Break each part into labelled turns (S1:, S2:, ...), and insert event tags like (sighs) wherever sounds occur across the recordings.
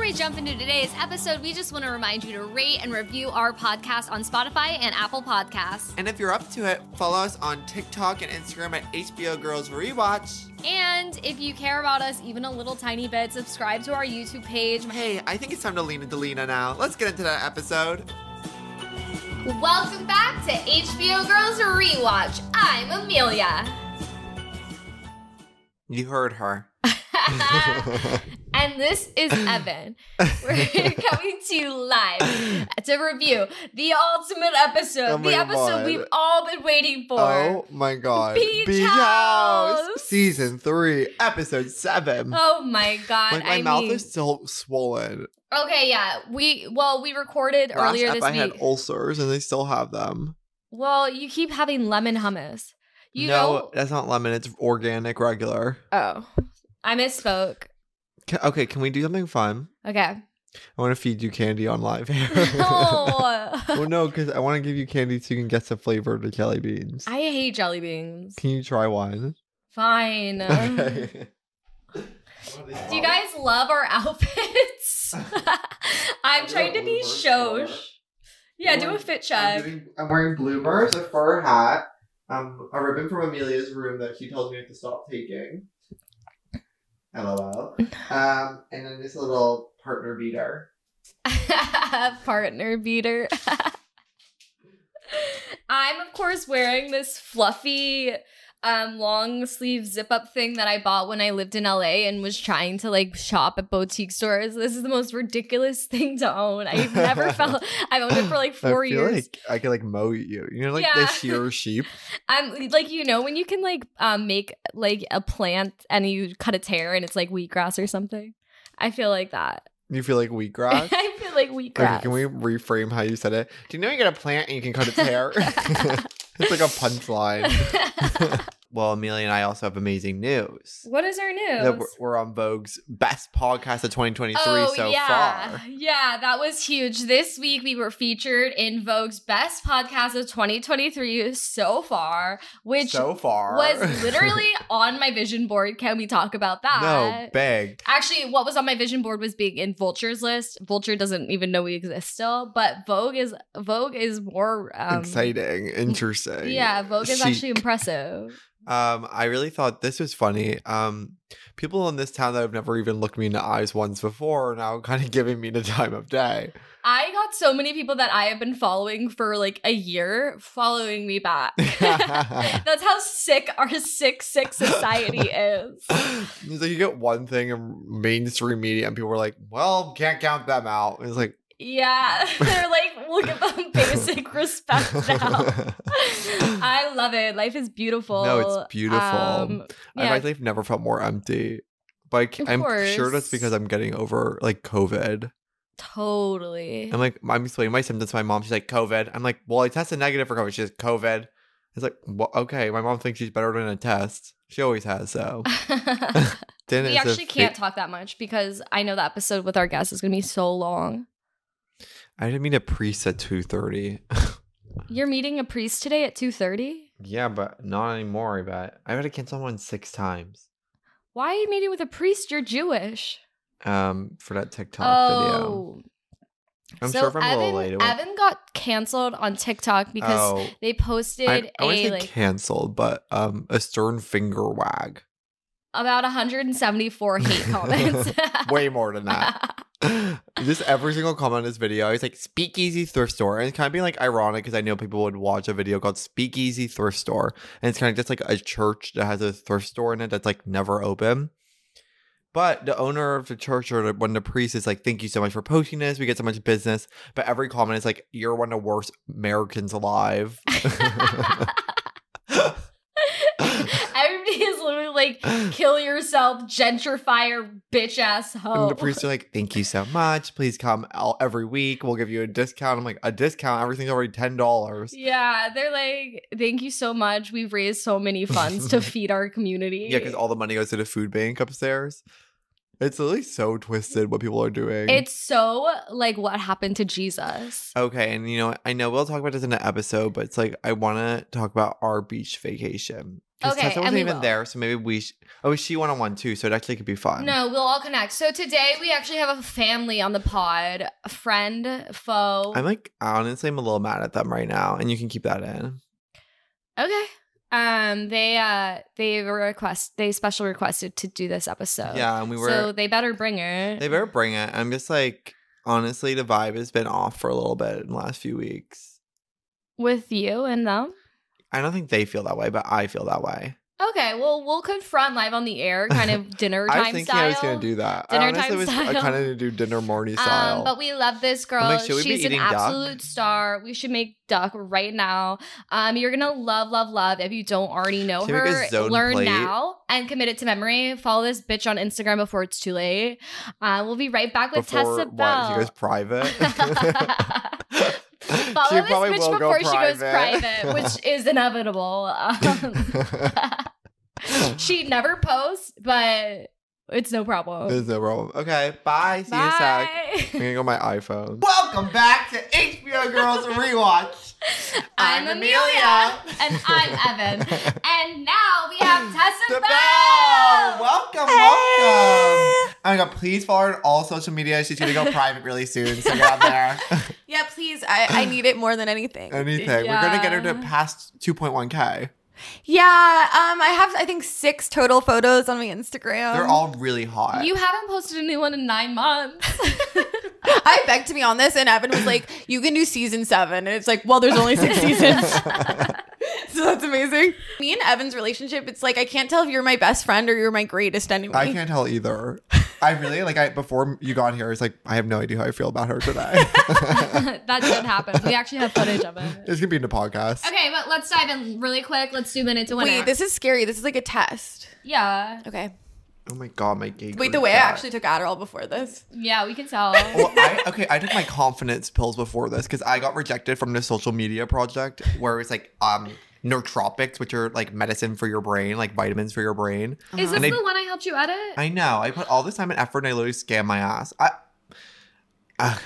S1: we jump into today's episode, we just want to remind you to rate and review our podcast on Spotify and Apple Podcasts.
S2: And if you're up to it, follow us on TikTok and Instagram at HBO Girls Rewatch.
S1: And if you care about us even a little tiny bit, subscribe to our YouTube page.
S2: Hey, I think it's time to lean into Lena now. Let's get into that episode.
S1: Welcome back to HBO Girls Rewatch. I'm Amelia. (laughs)
S2: You
S1: (laughs)
S2: heard her.
S1: and this is
S2: (laughs)
S1: Evan. We're (laughs) coming to you live to review the ultimate episode,
S2: Oh my
S1: the episode
S2: God.
S1: we've all been waiting for.
S2: Oh my god.
S1: Beach House.
S2: Season 3, Episode 7.
S1: Oh my god!
S2: like, my
S1: I
S2: mouth
S1: mean,
S2: is still swollen.
S1: okay, yeah. We well, we recorded earlier
S2: Last
S1: this
S2: ep I
S1: week.
S2: had ulcers and they still have them.
S1: well, you keep having lemon hummus. You
S2: no, uh,
S1: know?
S2: that's not lemon. It's organic, regular.
S1: Oh, I misspoke.
S2: Ca okay, can we do something fun? (laughs)
S1: Okay.
S2: I want to feed you candy on live air.
S1: No.
S2: (laughs)
S1: (laughs)
S2: well, no, because I want to give you candy so you can get some flavor to jelly beans.
S1: I hate jelly beans.
S2: Can you try one?
S1: Fine.
S2: (laughs) Okay.
S1: Do you guys love our (laughs)
S2: (laughs)
S1: outfits? I'm
S2: do
S1: trying
S2: a
S1: to be
S2: Bluebird
S1: shosh.
S2: shirt.
S1: Yeah,
S2: I'm
S1: do a
S2: wearing-
S1: fit
S2: I'm,
S1: check.
S2: doing- I'm wearing bloomers, a fur hat, um, a ribbon from Amelia's room that she tells me I have to stop taking. LOL. Um, and then this little partner beater.
S1: (laughs) Partner beater. (laughs) I'm of course wearing this fluffy um long sleeve zip up thing that I bought when I lived in LA and was trying to like shop at boutique stores. This is the most ridiculous (laughs) thing to own. I've
S2: (laughs)
S1: never felt I've owned it for like
S2: I
S1: four
S2: feel
S1: years.
S2: like I could like mow you. You know, like
S1: Yeah.
S2: the
S1: (laughs)
S2: shear sheep.
S1: I'm like you know when you can like um make like a plant and you cut its hair and it's like wheatgrass or something. I feel like that.
S2: You feel like wheatgrass.
S1: (laughs) I feel like
S2: Okay,
S1: wheatgrass.
S2: can we (laughs) reframe how you said it? Do you know you get a plant and you can cut
S1: (laughs)
S2: its hair? (laughs) it's like a punchline. Well, Amelia and I also have amazing news.
S1: (laughs) what is our news?
S2: That we're, we're on Vogue's best podcast of 2023 so
S1: Oh, yeah.
S2: far.
S1: Yeah, that was huge. This week we were featured in Vogue's best podcast of 2023 so far, which
S2: so far. (laughs)
S1: was literally on my vision board. Can we talk about that?
S2: no, big.
S1: Actually, what was on my vision board was being in Vulture's list. Vulture doesn't even know we exist still, but Vogue is Vogue is more um,
S2: Exciting, interesting.
S1: Yeah, Vogue is actually
S2: chic.
S1: impressive.
S2: Um, I really thought this was funny. Um, people in this town that have never even looked me in the eyes once before are now (laughs) kind of giving me the time
S1: (laughs)
S2: of day. (laughs)
S1: I got so many people that I have been following for like a year following me back. (laughs)
S2: (laughs)
S1: That's how sick our sick sick
S2: (laughs)
S1: society is.
S2: it's like you get one thing in mainstream media and people are like, well, can't count them out. And
S1: (laughs)
S2: it's like,
S1: Yeah, they're like, we'll give
S2: (laughs)
S1: them basic respect now. (laughs) I love it. Life is beautiful. Um,
S2: No, it's beautiful. I've
S1: yeah.
S2: actually never felt more empty. But I, c-
S1: Of
S2: I'm sure that's
S1: course.
S2: because I'm getting over like COVID.
S1: totally. (laughs)
S2: I'm like, I'm explaining my symptoms to my mom. She's like, COVID. I'm like, well, I tested negative for COVID. She's COVID. It's like, well, okay. My mom thinks she's better than a test. She always
S1: (laughs)
S2: has. So (laughs) Then
S1: we
S2: it's a
S1: actually can't
S2: fa-
S1: talk that much because I know the episode with our guest is going to be so long.
S2: I didn't mean to preset two thirty. (laughs)
S1: You're meeting a priest today at 2:30?
S2: yeah, but not anymore. I bet I've had to cancel one six times.
S1: Why are you meeting with a priest? You're Jewish.
S2: Um, for that TikTok video.
S1: oh.
S2: I'm
S1: so
S2: sure if I'm
S1: Evan,
S2: a little late. it won't-
S1: Evan got canceled on TikTok because
S2: oh,
S1: they posted
S2: I, I wouldn't
S1: a
S2: say
S1: like
S2: canceled, but um, a stern finger
S1: (laughs)
S2: wag.
S1: about
S2: (laughs)
S1: 174 hate comments.
S2: Way more than that. Just every single comment on this video is like speakeasy thrift store, and it's kind of being like ironic because I know people would watch a video called speakeasy thrift store, and it's kind of just like a church that has a thrift store in it that's like never open. But the owner of the church or the, one of the priests is like, "Thank you so much for posting this. We get so much business." But every comment is like, "You're one of the worst Americans alive."
S1: (laughs)
S2: (laughs)
S1: Everybody is literally like, kill yourself, gentrifier, bitch ass
S2: And
S1: hoe.
S2: the priests are like, "Thank you so much. Please come all, every week. We'll give you a discount." I'm like, "A discount? Everything's already ten dollars."
S1: Yeah, they're like, thank you so much. We've raised so many funds
S2: (laughs)
S1: to feed our community.
S2: Yeah, because all the money goes to the food bank upstairs. It's really so twisted what people are doing.
S1: it's so like what happened to Jesus.
S2: okay, and you know, I know we'll talk about this in an episode, but it's like I want to talk about our beach vacation. Because
S1: Okay,
S2: Tessa
S1: and
S2: wasn't
S1: we
S2: even
S1: will.
S2: there, so maybe we. Sh- oh, she went on one too, so it actually could be fun.
S1: No, we'll all connect. So today we actually have a family on the pod, a friend, foe.
S2: I'm like honestly, I'm a little mad at them right now, and you can keep that in.
S1: okay. Um, they uh they were request they special requested to do this episode.
S2: yeah, and we were.
S1: Oh. so they better bring her.
S2: they better bring it. I'm just like, honestly, the vibe has been off for a little bit in the last few weeks.
S1: with you and them.
S2: I don't think they feel that way, but I feel that way.
S1: Okay, well we'll confront live on the
S2: (laughs)
S1: air, kind of dinner
S2: I
S1: time
S2: was thinking
S1: style.
S2: I was gonna do that. I
S1: Dinner
S2: honestly
S1: time
S2: was I
S1: style.
S2: kind of do dinner morning style.
S1: Um, but we love this girl.
S2: I'm like, should we be
S1: She's an
S2: eating duck?
S1: absolute star. We should make duck right now. Um, you're gonna love, love, love. If you don't already know
S2: Should we make a
S1: her,
S2: zone
S1: learn
S2: plate?
S1: now and commit it to memory. Follow this bitch on Instagram before it's too late. Uh, we'll be right back with
S2: before
S1: Tessa
S2: what? She
S1: Bell.
S2: goes private.
S1: (laughs) Follow
S2: She
S1: this
S2: probably
S1: bitch
S2: will
S1: before
S2: go
S1: she goes
S2: private.
S1: private,
S2: (laughs)
S1: which is inevitable. Um, (laughs) she never posts, but it's no problem.
S2: There's no problem. Okay, bye. See you in a sec. I'm
S1: Bye.
S2: (laughs) gonna go my iPhone. Welcome back to HBO Girls Rewatch.
S1: I'm Amelia. And
S2: (laughs)
S1: I'm Evan. And now we have Tessa
S2: The
S1: Bell.
S2: bell. Welcome, welcome. Oh my god, please follow her on all social media. She's gonna go private really soon, so get out there. (laughs)
S3: Yeah, please. I, I need it more than anything.
S2: Anything. We're gonna get her to
S1: Yeah.
S2: past 2.1k.
S3: Yeah. Um, I have I think six total photos on my Instagram.
S2: They're all really
S1: (laughs)
S2: hot.
S1: You haven't posted a new one in nine months.
S2: (laughs)
S1: (laughs)
S3: I begged to be on this, and Evan was like, "You can do season seven. and it's like, "Well, there's only
S2: (laughs)
S3: six seasons." (laughs) so that's amazing. Me and Evan's relationship, it's like I can't tell if you're my best friend or you're my greatest enemy.
S2: I can't tell
S3: (laughs)
S2: either. I really like I before you got here, it's like I have no idea how I feel about her today. (laughs)
S1: that did happen. We actually have footage of
S2: (laughs)
S1: it.
S2: it's gonna be in the podcast.
S1: Okay, but let's dive in really quick. Let's zoom in into
S3: Wait, this is scary. This is like a test.
S1: yeah,
S3: Okay.
S2: Oh my god, my gig.
S3: Wait, the way I actually took Adderall before this.
S1: yeah, we can tell.
S2: well, I, okay, I took my confidence pills before this because I got rejected from this social media project where it's like um nootropics, which are like medicine for your brain, like vitamins for your brain.
S1: Is this
S2: Uh-huh. And I-
S1: the one I helped you edit?
S2: I know. I put all this time and effort, and I literally scam my ass. I, Ugh,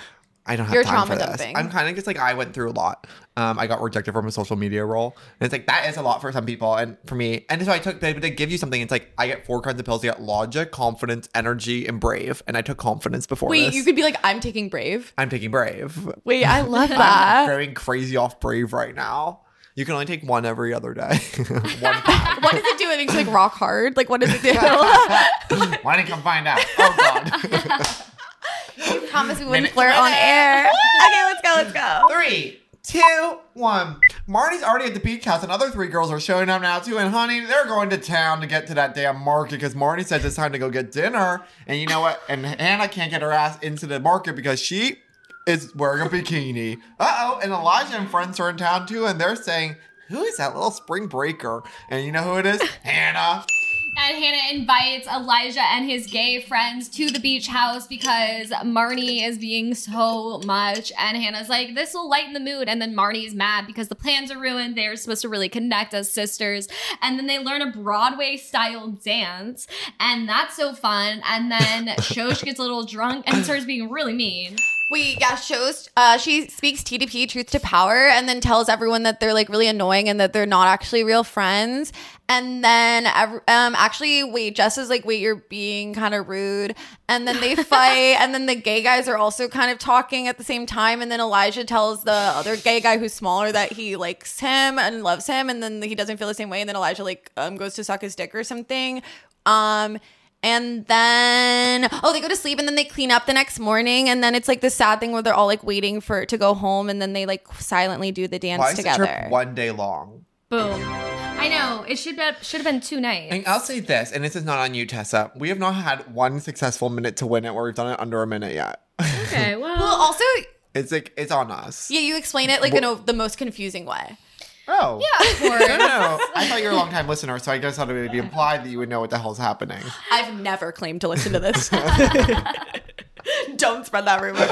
S2: I don't have
S3: You're
S2: time for
S3: trauma
S2: this.
S3: dumping.
S2: I'm kind of just like I went through a lot. Um, I got rejected from a social media role, and it's like that is a lot for some people, and for me. And so I took they, they give you something. It's like I get four kinds of pills. You got logic, confidence, energy, and brave. And I took confidence before
S3: Wait,
S2: this.
S3: you could be like, I'm taking Brave.
S2: I'm taking brave.
S3: Wait, I (laughs) love
S2: I'm
S3: that.
S2: going crazy off brave right now. You can only take one every other day. (laughs) one pack.
S3: what does it do? It makes you like rock hard. Like, what does
S2: (laughs)
S3: it do? (laughs)
S2: Why didn't you come find out? Oh god.
S3: Promise we
S2: Minute
S3: wouldn't flirt on air. Okay, let's go, let's go.
S2: (laughs) Three, two, one. Marty's already at the beach house. Another three girls are showing up now too. And honey, they're going to town to get to that damn market because Marty says it's time to go get dinner. And you know what? And Hannah can't get her ass into the market because she is wearing a bikini. Uh oh. And Elijah and friends are in town too, and they're saying, "Who is that little spring breaker?" And you know who it (laughs) is? Hannah.
S1: And Hannah invites Elijah and his gay friends to the beach house because Marnie is being so much. And Hannah's like, this will lighten the mood. And then Marnie's mad because the plans are ruined. They're supposed to really connect as sisters. And then they learn a Broadway style dance. And that's so fun. And then
S2: (laughs)
S1: Shosh gets a little drunk and starts being really mean.
S3: Wait, yeah, shows. Uh, she speaks TDP, truth to power, and then tells everyone that they're like really annoying and that they're not actually real friends. And then, ev- um, actually, wait, Jess is like, wait, you're being kind of rude. And then they fight, and then the gay guys are also kind of talking at the same time. And then Elijah tells the other gay guy who's smaller that he likes him and loves him, and then he doesn't feel the same way. And then Elijah like um goes to suck his dick or something. Um, and then oh they go to sleep and then they clean up the next morning and then it's like the sad thing where they're all like waiting for to go home and then they like silently do the dance
S2: Why is the
S3: together.
S2: trip one day long?
S1: Boom. I know. It should have should have been two nights.
S2: And I'll say this, and this is not on you, Tessa. We have not had one successful minute to win it where we've done it under a minute yet. (laughs)
S1: Okay, well.
S3: well also
S2: It's like it's on us.
S3: yeah you explain it like in a, the most confusing way.
S2: Oh.
S1: yeah, of
S2: No,
S1: course.
S2: no, no. I thought you were a long time listener, so I just thought it would be implied that you would know what the hell's happening.
S3: I've never claimed to listen
S2: (laughs)
S3: to this. Don't spread that rumor.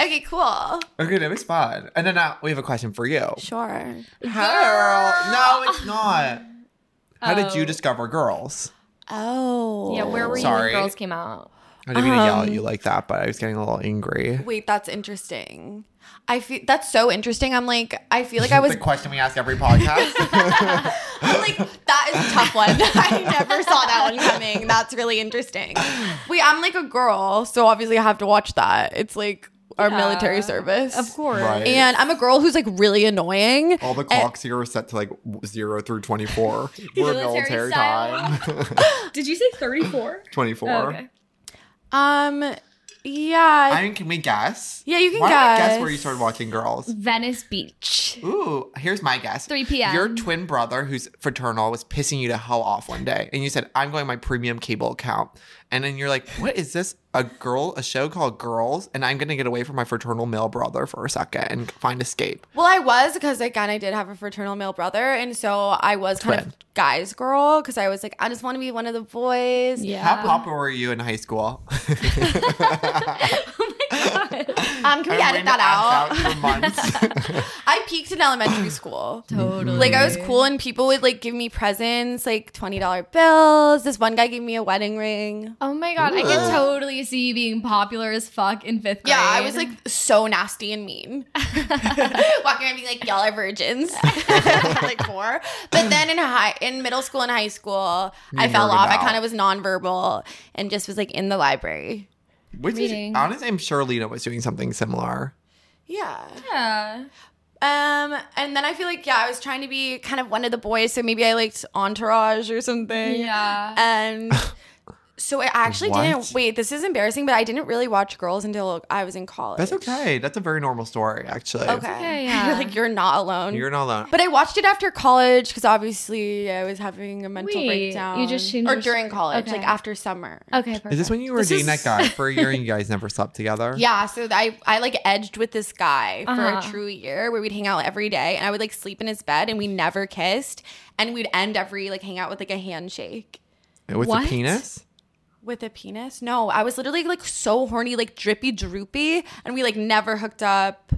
S3: okay, cool.
S2: Okay, that was fun. And then uh, we have a question for you.
S3: Sure.
S2: Girl. No, it's not. How did
S1: Oh.
S2: you discover girls?
S3: Oh.
S1: yeah, where were you
S2: Sorry.
S1: when girls came out?
S2: I didn't mean to yell at
S3: Um,
S2: you like that, but I was getting a little angry.
S3: Wait, that's interesting. I feel that's so interesting. I'm like, I feel
S2: (laughs)
S3: like I was
S2: the question we ask every podcast.
S3: I'm like, that is a tough one. (laughs) I never saw that one coming. That's really interesting. Wait, I'm like a girl, so obviously I have to watch that. It's like our
S1: Yeah.
S3: military service.
S1: Of course.
S2: Right.
S3: And I'm a girl who's like really annoying.
S2: All the clocks here are set to like zero through twenty
S3: (laughs)
S2: four. We're
S1: Military
S2: military,
S1: style.
S2: time. (laughs)
S1: Did you say 34?
S2: twenty (clears throat) four.
S1: Okay.
S3: Um, yeah.
S2: I mean, can we guess?
S3: Yeah, you can
S2: Why don't I guess
S3: guess.
S2: where you started watching Girls.
S1: Venice Beach.
S2: Ooh, here's my guess.
S1: 3 p.m..
S2: Your twin brother, who's fraternal, was pissing you to hell off one day, and you said, "I'm going my premium cable account," and then you're like, "What is this? A girl? A show called Girls?" And I'm gonna get away from my fraternal male brother for a second and find escape.
S3: Well, I was because again, I did have a fraternal male brother, and so I was kind
S2: Twin.
S3: of guys girl because I was like, I just want to be one of the boys.
S2: How popular were you in high school?
S3: (laughs)
S1: oh my god.
S3: Um, can we edit that out? (laughs)
S2: out for months.
S3: I peaked in elementary school.
S1: Totally.
S3: Like I was cool, and people would like give me presents, like twenty dollar bills. This one guy gave me a wedding ring.
S1: Oh my god, I
S2: Ugh.
S1: can totally see you being popular as fuck in fifth grade.
S3: Yeah, I was like so nasty and mean, walking around being like, "Y'all are virgins," (laughs) like four. But then in high, in middle school and high school, I
S2: You
S3: fell
S2: nerded
S3: off. I
S2: out.
S3: kind of was nonverbal and just was like in the library.
S2: Which is,
S1: Reading.
S2: honestly, I'm sure Lena was doing something similar.
S3: Yeah.
S1: yeah.
S3: Um, and then I feel like yeah, I was trying to be kind of one of the boys, so maybe I liked Entourage or something.
S1: Yeah.
S2: (laughs)
S3: And Um, so I actually
S2: What?
S3: didn't. Wait, this is embarrassing, but I didn't really watch Girls until I was in college.
S2: That's okay. That's a very normal story, actually.
S3: Okay. (laughs)
S1: okay, yeah.
S3: You're like you're not alone.
S2: You're not alone.
S3: but I watched it after college because obviously I was having a mental
S1: Wait,
S3: breakdown.
S1: you just changed
S3: or
S1: your-
S3: during college,
S1: okay.
S3: like after summer.
S1: Okay, perfect.
S2: is this when you were
S3: This
S2: dating
S3: is-
S2: that guy for a
S3: (laughs)
S2: year and you guys never slept together?
S3: Yeah, so I I like edged with this guy for
S1: Uh-huh.
S3: a true year where we'd hang out every day and I would like sleep in his bed and we never kissed and we'd end every like hangout with like a handshake
S2: With
S1: What?
S2: the penis?
S3: with a penis. No, I was literally like so horny, like drippy droopy and we like never hooked up.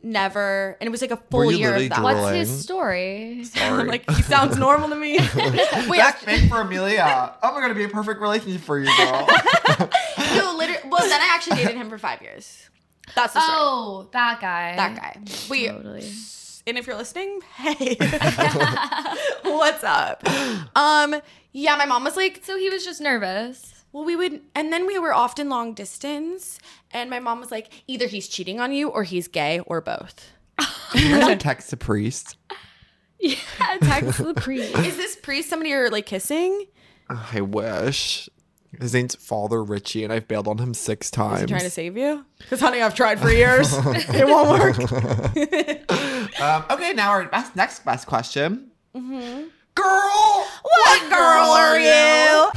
S3: Never. And it was like a full
S2: you
S3: year of
S2: literally
S3: that.
S1: What's
S2: Rolling.
S1: his story?
S3: (laughs) I'm like he sounds normal to me. (laughs) Wait,
S2: That's
S3: actually,
S2: big for Amelia. Oh my god, it'd be a perfect relationship for you,
S3: (laughs)
S2: girl.
S3: no, literally. Well, then I actually dated him for 5 years. That's the story.
S1: Oh, that guy.
S3: That guy. We
S2: (laughs)
S1: Totally.
S3: and if you're listening, hey, (laughs) what's up? Um, yeah, my mom was like,
S1: (laughs) So he was just nervous.
S3: well, we would, and then we were often long distance, and my mom was like, either he's cheating on you or he's gay or both.
S2: you should text the priest.
S1: Yeah, (laughs) text the priest.
S3: Is this priest somebody you're like kissing?
S2: Ugh, I wish. His name's Father Richie, and I've bailed on him six
S3: Is he
S2: times.
S3: trying to save you? Because honey, I've tried for years, it won't work.
S2: um, okay, now our best, next best question.
S3: Mm-hmm.
S2: Girl!
S3: What girl are you?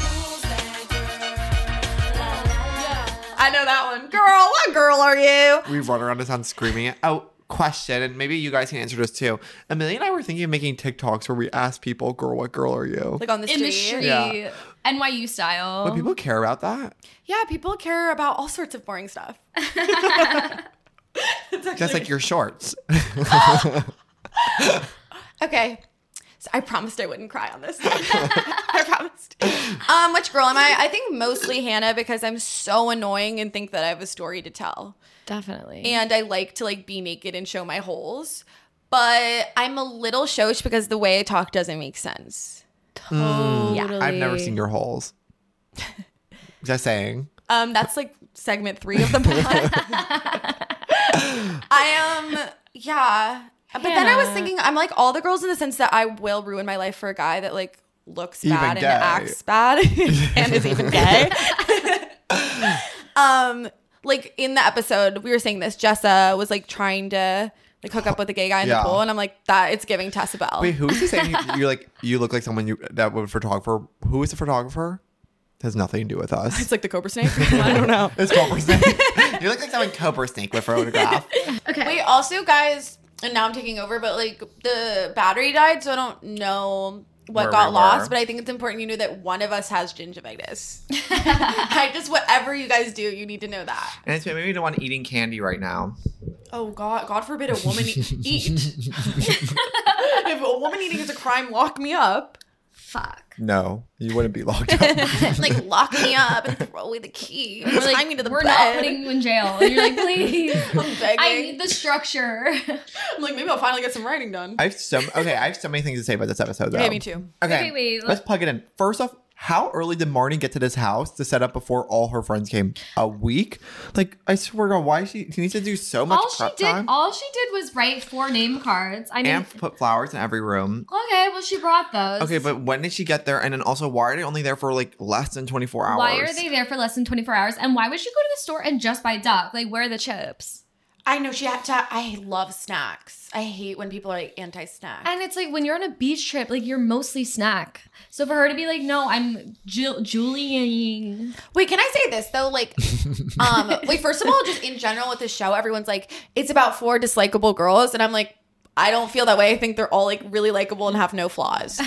S3: I know that one. Girl, what girl are you?
S2: we run around the town screaming it. Oh, question, and maybe you guys can answer this too. Amelia and I were thinking of making TikToks where we ask people, "Girl, what girl are you?"
S3: Like on the
S1: In the
S3: street.
S1: street.
S2: Yeah.
S1: NYU style.
S2: but people care about that.
S3: Yeah, people care about all sorts of boring stuff. It's
S2: Just
S3: (laughs) actually-
S2: like your shorts. (laughs)
S3: okay. So I promised I wouldn't cry on this. (laughs) I promised. Um, which girl am I? I think mostly Hannah because I'm so annoying and think that I have a story to tell.
S1: Definitely.
S3: And I like to like be naked and show my holes. But I'm a little showish because the way I talk doesn't make sense.
S1: totally.
S2: Mm. I've never seen your
S3: (laughs)
S2: holes. Just saying.
S3: Um, that's like segment three of the
S2: (laughs)
S3: pod. I am, yeah. But then I was
S1: Hannah.
S3: thinking, I'm like all the girls in the sense that I will ruin my life for a guy that like looks
S2: Even
S3: bad and
S2: gay.
S3: acts bad (laughs) and is
S2: (laughs)
S3: even gay. um, like in the episode, we were saying this. Jessa was like trying to like hook up with a gay guy in
S2: Yeah.
S3: the pool, and I'm like, that it's giving Tessa Bell.
S2: Wait, who is he saying? (laughs) you- You're like you look like someone you that would photographer. Who is the photographer? has nothing to do with us.
S3: It's like the Cobra Snake. (laughs) I don't know.
S2: (laughs) It's Cobra
S3: (laughs)
S2: Snake. you look like someone Cobra Snake would photograph.
S1: Okay.
S2: (laughs)
S3: Wait, also, guys, and now I'm taking over, but like the battery died, so I don't know what
S2: Where
S3: got
S2: we
S3: lost,
S2: were.
S3: but I think it's important you know that one of us has (laughs) gingivitis. I just, whatever you guys do, you need to know that.
S2: And it's made me the one eating candy right now.
S3: Oh, God, God forbid a
S2: (laughs)
S3: woman e- (laughs) eat. if a woman eating is a crime, lock me up.
S1: Fuck.
S2: No, you wouldn't be locked up.
S3: (laughs) like lock me up and throw away the key.
S1: We're like,
S3: tie me to the
S1: we're
S3: bed.
S1: not putting you in jail. And (laughs) you're like, please.
S3: (laughs) I'm begging.
S1: I need the structure. (laughs)
S3: I'm like, maybe I'll finally get some writing done.
S2: I have so okay. I have so many things to say about this episode. Though.
S3: yeah, me too.
S2: Okay,
S1: Okay, wait,
S2: Let's plug it in. First off, how early did Marnie get to this house to set up before all her friends came? A week? Like, I swear to God, why she, she needs to do so much
S1: all she
S2: prep
S1: did,
S2: time
S1: all she did was write four name cards. I mean,
S2: and put flowers in every room.
S1: okay, well, she brought those.
S2: Okay, but when did she get there? And then also, why are they only there for like less than twenty four hours?
S1: why are they there for less than 24 hours? And why would she go to the store and just buy duck? Like, where are the chips?
S3: I know she had to. I love snacks. I hate when people are like anti-snack.
S1: And it's like when you're on a beach trip, like you're mostly snack. So for her to be like, no, I'm Jill- Julianing.
S3: Wait, can I say this though? Like,
S2: (laughs)
S3: um, wait. First of all, just in general with this show, everyone's like, it's about four dislikable girls, and I'm like, I don't feel that way. I think they're all like really likable and have no flaws.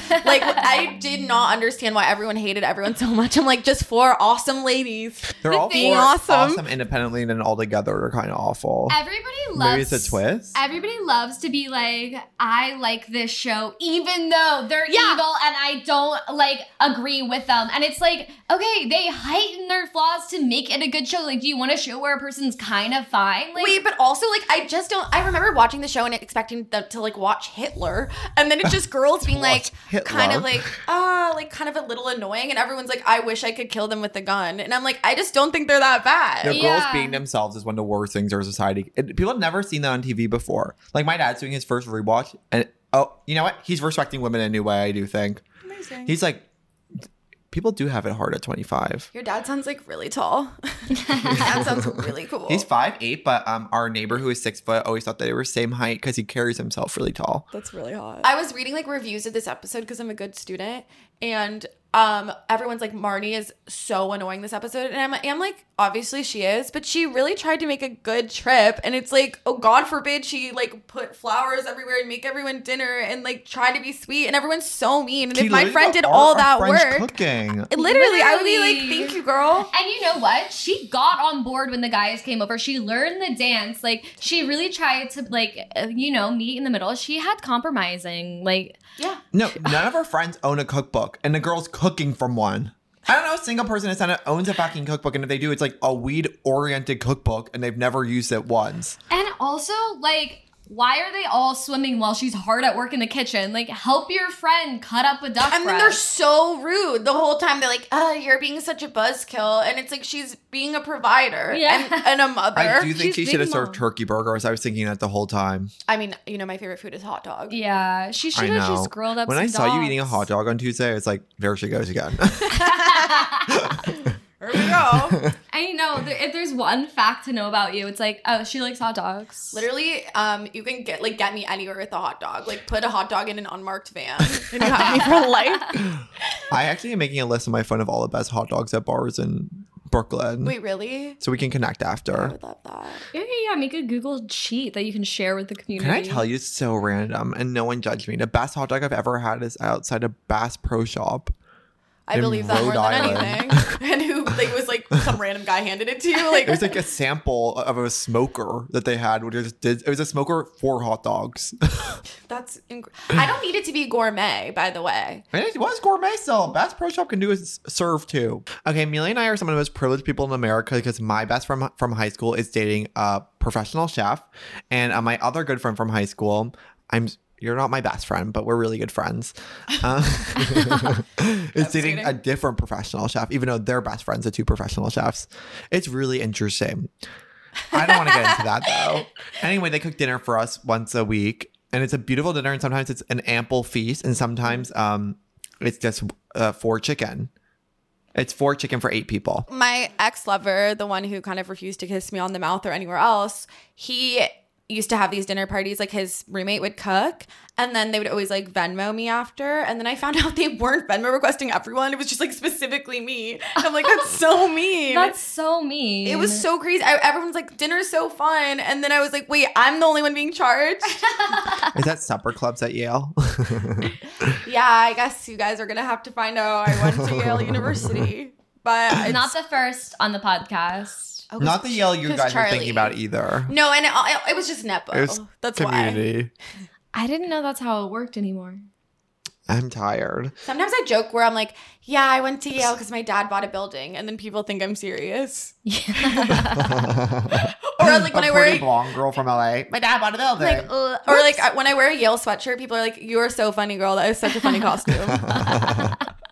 S2: (laughs)
S3: Like, I did not understand why everyone hated everyone so much. I'm like, just four awesome ladies.
S2: They're
S1: The
S2: all
S1: thing-
S2: four awesome.
S3: Awesome.
S2: independently, and then all together are kind of awful.
S1: Everybody loves.
S2: Maybe it's a twist.
S1: Everybody loves to be like, I like this show, even though they're
S3: Yeah.
S1: evil and I don't like agree with them. And it's like, okay, they heighten their flaws to make it a good show. Like, do you want a show where a person's kind of fine? Like,
S3: Wait, but also like I just don't. I remember watching the show and expecting them to like watch Hitler, and then
S2: (laughs)
S3: it's just girls being like,
S2: watch Hitler.
S3: kind of like, ah, like kind of a little annoying, and everyone's like, I wish I could kill them with a gun, and I'm like, I just don't think they're that bad.
S2: The girls
S1: Yeah.
S2: being themselves is one of the worst things in our society. It, people have never seen that on TV before. Like my dad's doing his first rewatch, and oh, you know what? He's respecting women in a new way. I do think
S3: Amazing.
S2: he's like, people do have it hard at twenty five.
S3: Your dad sounds like really tall. (laughs) that sounds really cool.
S2: He's five eight, but um, our neighbor who is six foot always thought that they were same height because he carries himself really tall.
S4: That's really hot.
S3: I was reading like reviews of this episode because I'm a good student, and um, everyone's like Marnie is so annoying this episode, and I'm, I'm like, obviously she is, but she really tried to make a good trip, and it's like, oh God forbid she like put flowers everywhere and make everyone dinner and like try to be sweet, and everyone's so mean. And
S2: He
S3: if my
S2: literally
S3: friend did
S2: got
S3: all
S2: our
S3: that
S2: friend's
S3: work, (laughs)
S2: cooking.
S3: it- literally, I would be like,
S1: Literally.
S3: thank you, girl.
S1: And you know what? She got on board when the guys came over. She learned the dance. Like she really tried to like uh, you know meet in the middle. She had compromising. Like
S3: Yeah.
S2: No, none of our friends own a cookbook, and the girl's cooking from one. I don't know a single person in Senate owns a fucking cookbook, and if they do, it's like a weed-oriented cookbook, and they've never used it once.
S1: and also like why are they all swimming while she's hard at work in the kitchen? Like help your friend cut up a duck.
S3: And then they're
S1: breast.
S3: so rude the whole time. They're like, "Oh, you're being such a buzzkill," and it's like she's being a provider
S1: Yeah.
S3: (laughs) and, and a mother.
S2: I
S3: I,
S2: do
S1: She's
S2: think she should have
S1: big
S2: served
S1: mom.
S2: turkey burgers. I was thinking that the whole time.
S3: mean, you know, my favorite food is hot dog.
S1: yeah, she
S2: I
S1: should
S2: know.
S1: have just grilled up.
S2: when
S1: some
S2: I saw you eating a
S1: dogs.
S2: hot dog on Tuesday, it's like there she goes again. (laughs)
S3: Here we go.
S1: (laughs)
S3: (laughs)
S1: I know. There, if there's one fact to know about you, it's like oh she likes hot dogs.
S3: Literally, um, you can get like get me anywhere with a hot dog. Like, put a hot dog in an unmarked van, (laughs) and you have me for (laughs) life.
S2: I actually am making a list on my phone of all the best hot dogs at bars in Brooklyn,
S3: Wait, really?
S2: so we can connect
S3: I
S2: after.
S1: Oh,
S3: would love that.
S1: Yeah, yeah, yeah. Make a Google sheet that you can share with the community.
S2: Can I tell you, it's so random, and no one judged me. The best hot dog I've ever had is outside a Bass Pro Shop.
S3: I
S2: In
S3: believe that more
S2: Rhode
S3: than
S2: Island.
S3: anything. (laughs) and who like was like some random guy handed it to you? Like,
S2: It was like a sample of a smoker that they had, which just did. It was a smoker for hot dogs.
S3: that's. Inc- I don't need it to be gourmet, by the way.
S2: And it was gourmet still. Best Pro Shop can do is serve too. Okay, Amelia and I are some of the most privileged people in America because my best friend from high school is dating a professional chef, and uh, my other good friend from high school, I'm. You're not my best friend, but we're really good (laughs) friends. Uh, is dating a different professional chef, even though they're best friends, the two professional chefs. It's really interesting. I don't want to get into that (laughs) though. Anyway, they cook dinner for us once a week, and it's a beautiful dinner. And sometimes it's an ample feast, and sometimes um, it's just uh, four chicken. It's four chicken for eight
S3: (laughs)
S2: people.
S3: my ex lover, the one who kind of refused to kiss me on the mouth or anywhere else, he used to have these dinner parties. Like his roommate would cook, and then they would always like Venmo me after. And then I found (laughs) out they weren't Venmo requesting everyone; it was just like specifically me. And I'm like, that's so mean.
S1: That's so mean.
S3: it was so crazy. I, everyone's like, dinner's so fun, and then I was like, wait, I'm the only one being charged.
S2: Is that supper clubs at Yale?
S3: Oh, yeah, I guess you guys are gonna have to find out. I went to Yale University, but it's-
S1: not the first on the podcast.
S3: Oh, 'cause-
S2: Not the Yale you
S3: 'cause
S2: guys are
S3: Charlie.
S2: thinking about either.
S3: No, and it, it was just nepo.
S2: It was
S3: That's why.
S2: community.
S1: (laughs) I didn't know that's how it worked anymore.
S2: I'm
S3: (laughs)
S2: tired.
S3: Sometimes I joke where I'm like, yeah, I went to Yale because my dad bought a building, and then people think I'm serious. (laughs)
S2: (laughs)
S3: Or like when
S2: A
S3: I wear
S2: pretty blonde girl from LA. My dad bought a building. (laughs)
S3: (laughs) like, uh, or like I- when I wear a Yale sweatshirt, people are like, "You are so funny, girl. That is such
S2: (laughs)
S3: a funny costume."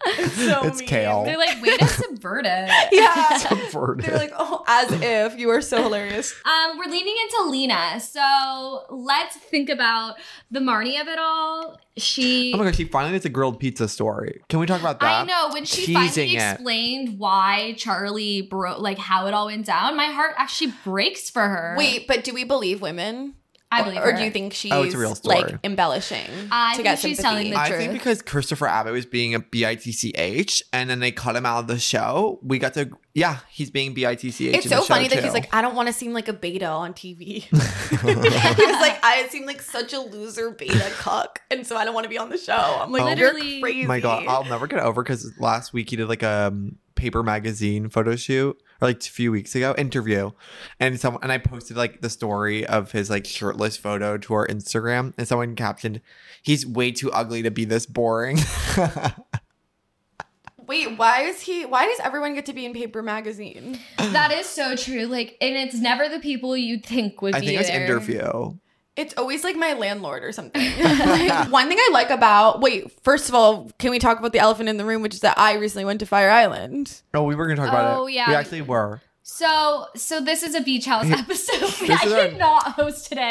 S3: it's so
S2: It's
S3: mean.
S2: kale.
S1: They're like, way to subvert it.
S2: (laughs)
S3: Yeah.
S2: Subverted.
S3: (laughs) They're like, oh, as if you are
S1: (laughs)
S3: so hilarious.
S1: Um, we're leaning into Lena, so let's think about the Marnie of it all. She,
S2: oh my god, she finally gets a grilled pizza story. Can we talk about that?
S1: I know when she
S2: Teasing
S1: finally
S2: it.
S1: explained why Charlie broke, like how it all went down. My heart actually breaks for her.
S3: Wait, but do we believe women?
S1: I believe,
S3: Or
S1: her.
S2: (clears throat)
S3: do you think she's
S2: Oh, it's a real story.
S3: like embellishing
S1: I
S3: to
S1: think
S3: get
S1: she's
S3: sympathy?
S1: telling the
S2: I think
S1: truth.
S2: because Christopher Abbott was being a bitch, and then they cut him out of the show. We got to yeah, he's being bitch.
S3: it's
S2: in the
S3: so
S2: show
S3: funny that
S2: too.
S3: he's like, I don't want to seem like a beta
S2: (laughs)
S3: on TV. (laughs) he was like, I seem like such a loser beta cuck, and so I don't want to be on the show. I'm like,
S2: Oh.
S3: you're
S1: Literally.
S3: crazy.
S2: my god, I'll never get over because last week he did like a um, paper magazine photo shoot, or like a few weeks ago interview, and someone and I posted like the story of his like shirtless photo to our Instagram, and someone captioned, "He's way too ugly to be this boring."
S3: Wait, why is he? Why does everyone get to be in Paper Magazine?
S1: that is so true. Like, and it's never the people you think would
S2: (laughs) I
S1: be
S2: think it was
S1: there.
S2: interview.
S3: It's always like my landlord or something. (laughs)
S2: (laughs)
S3: Like, one thing I like about wait, first of all, can we talk about the elephant in the room, which is that I recently went to Fire Island.
S2: Oh, we were gonna talk about it.
S1: Oh, yeah.
S2: we actually were.
S1: So, so this is a beach house
S2: (laughs)
S1: episode.
S2: This
S1: I
S2: is our-
S1: cannot host
S2: (laughs)
S1: today.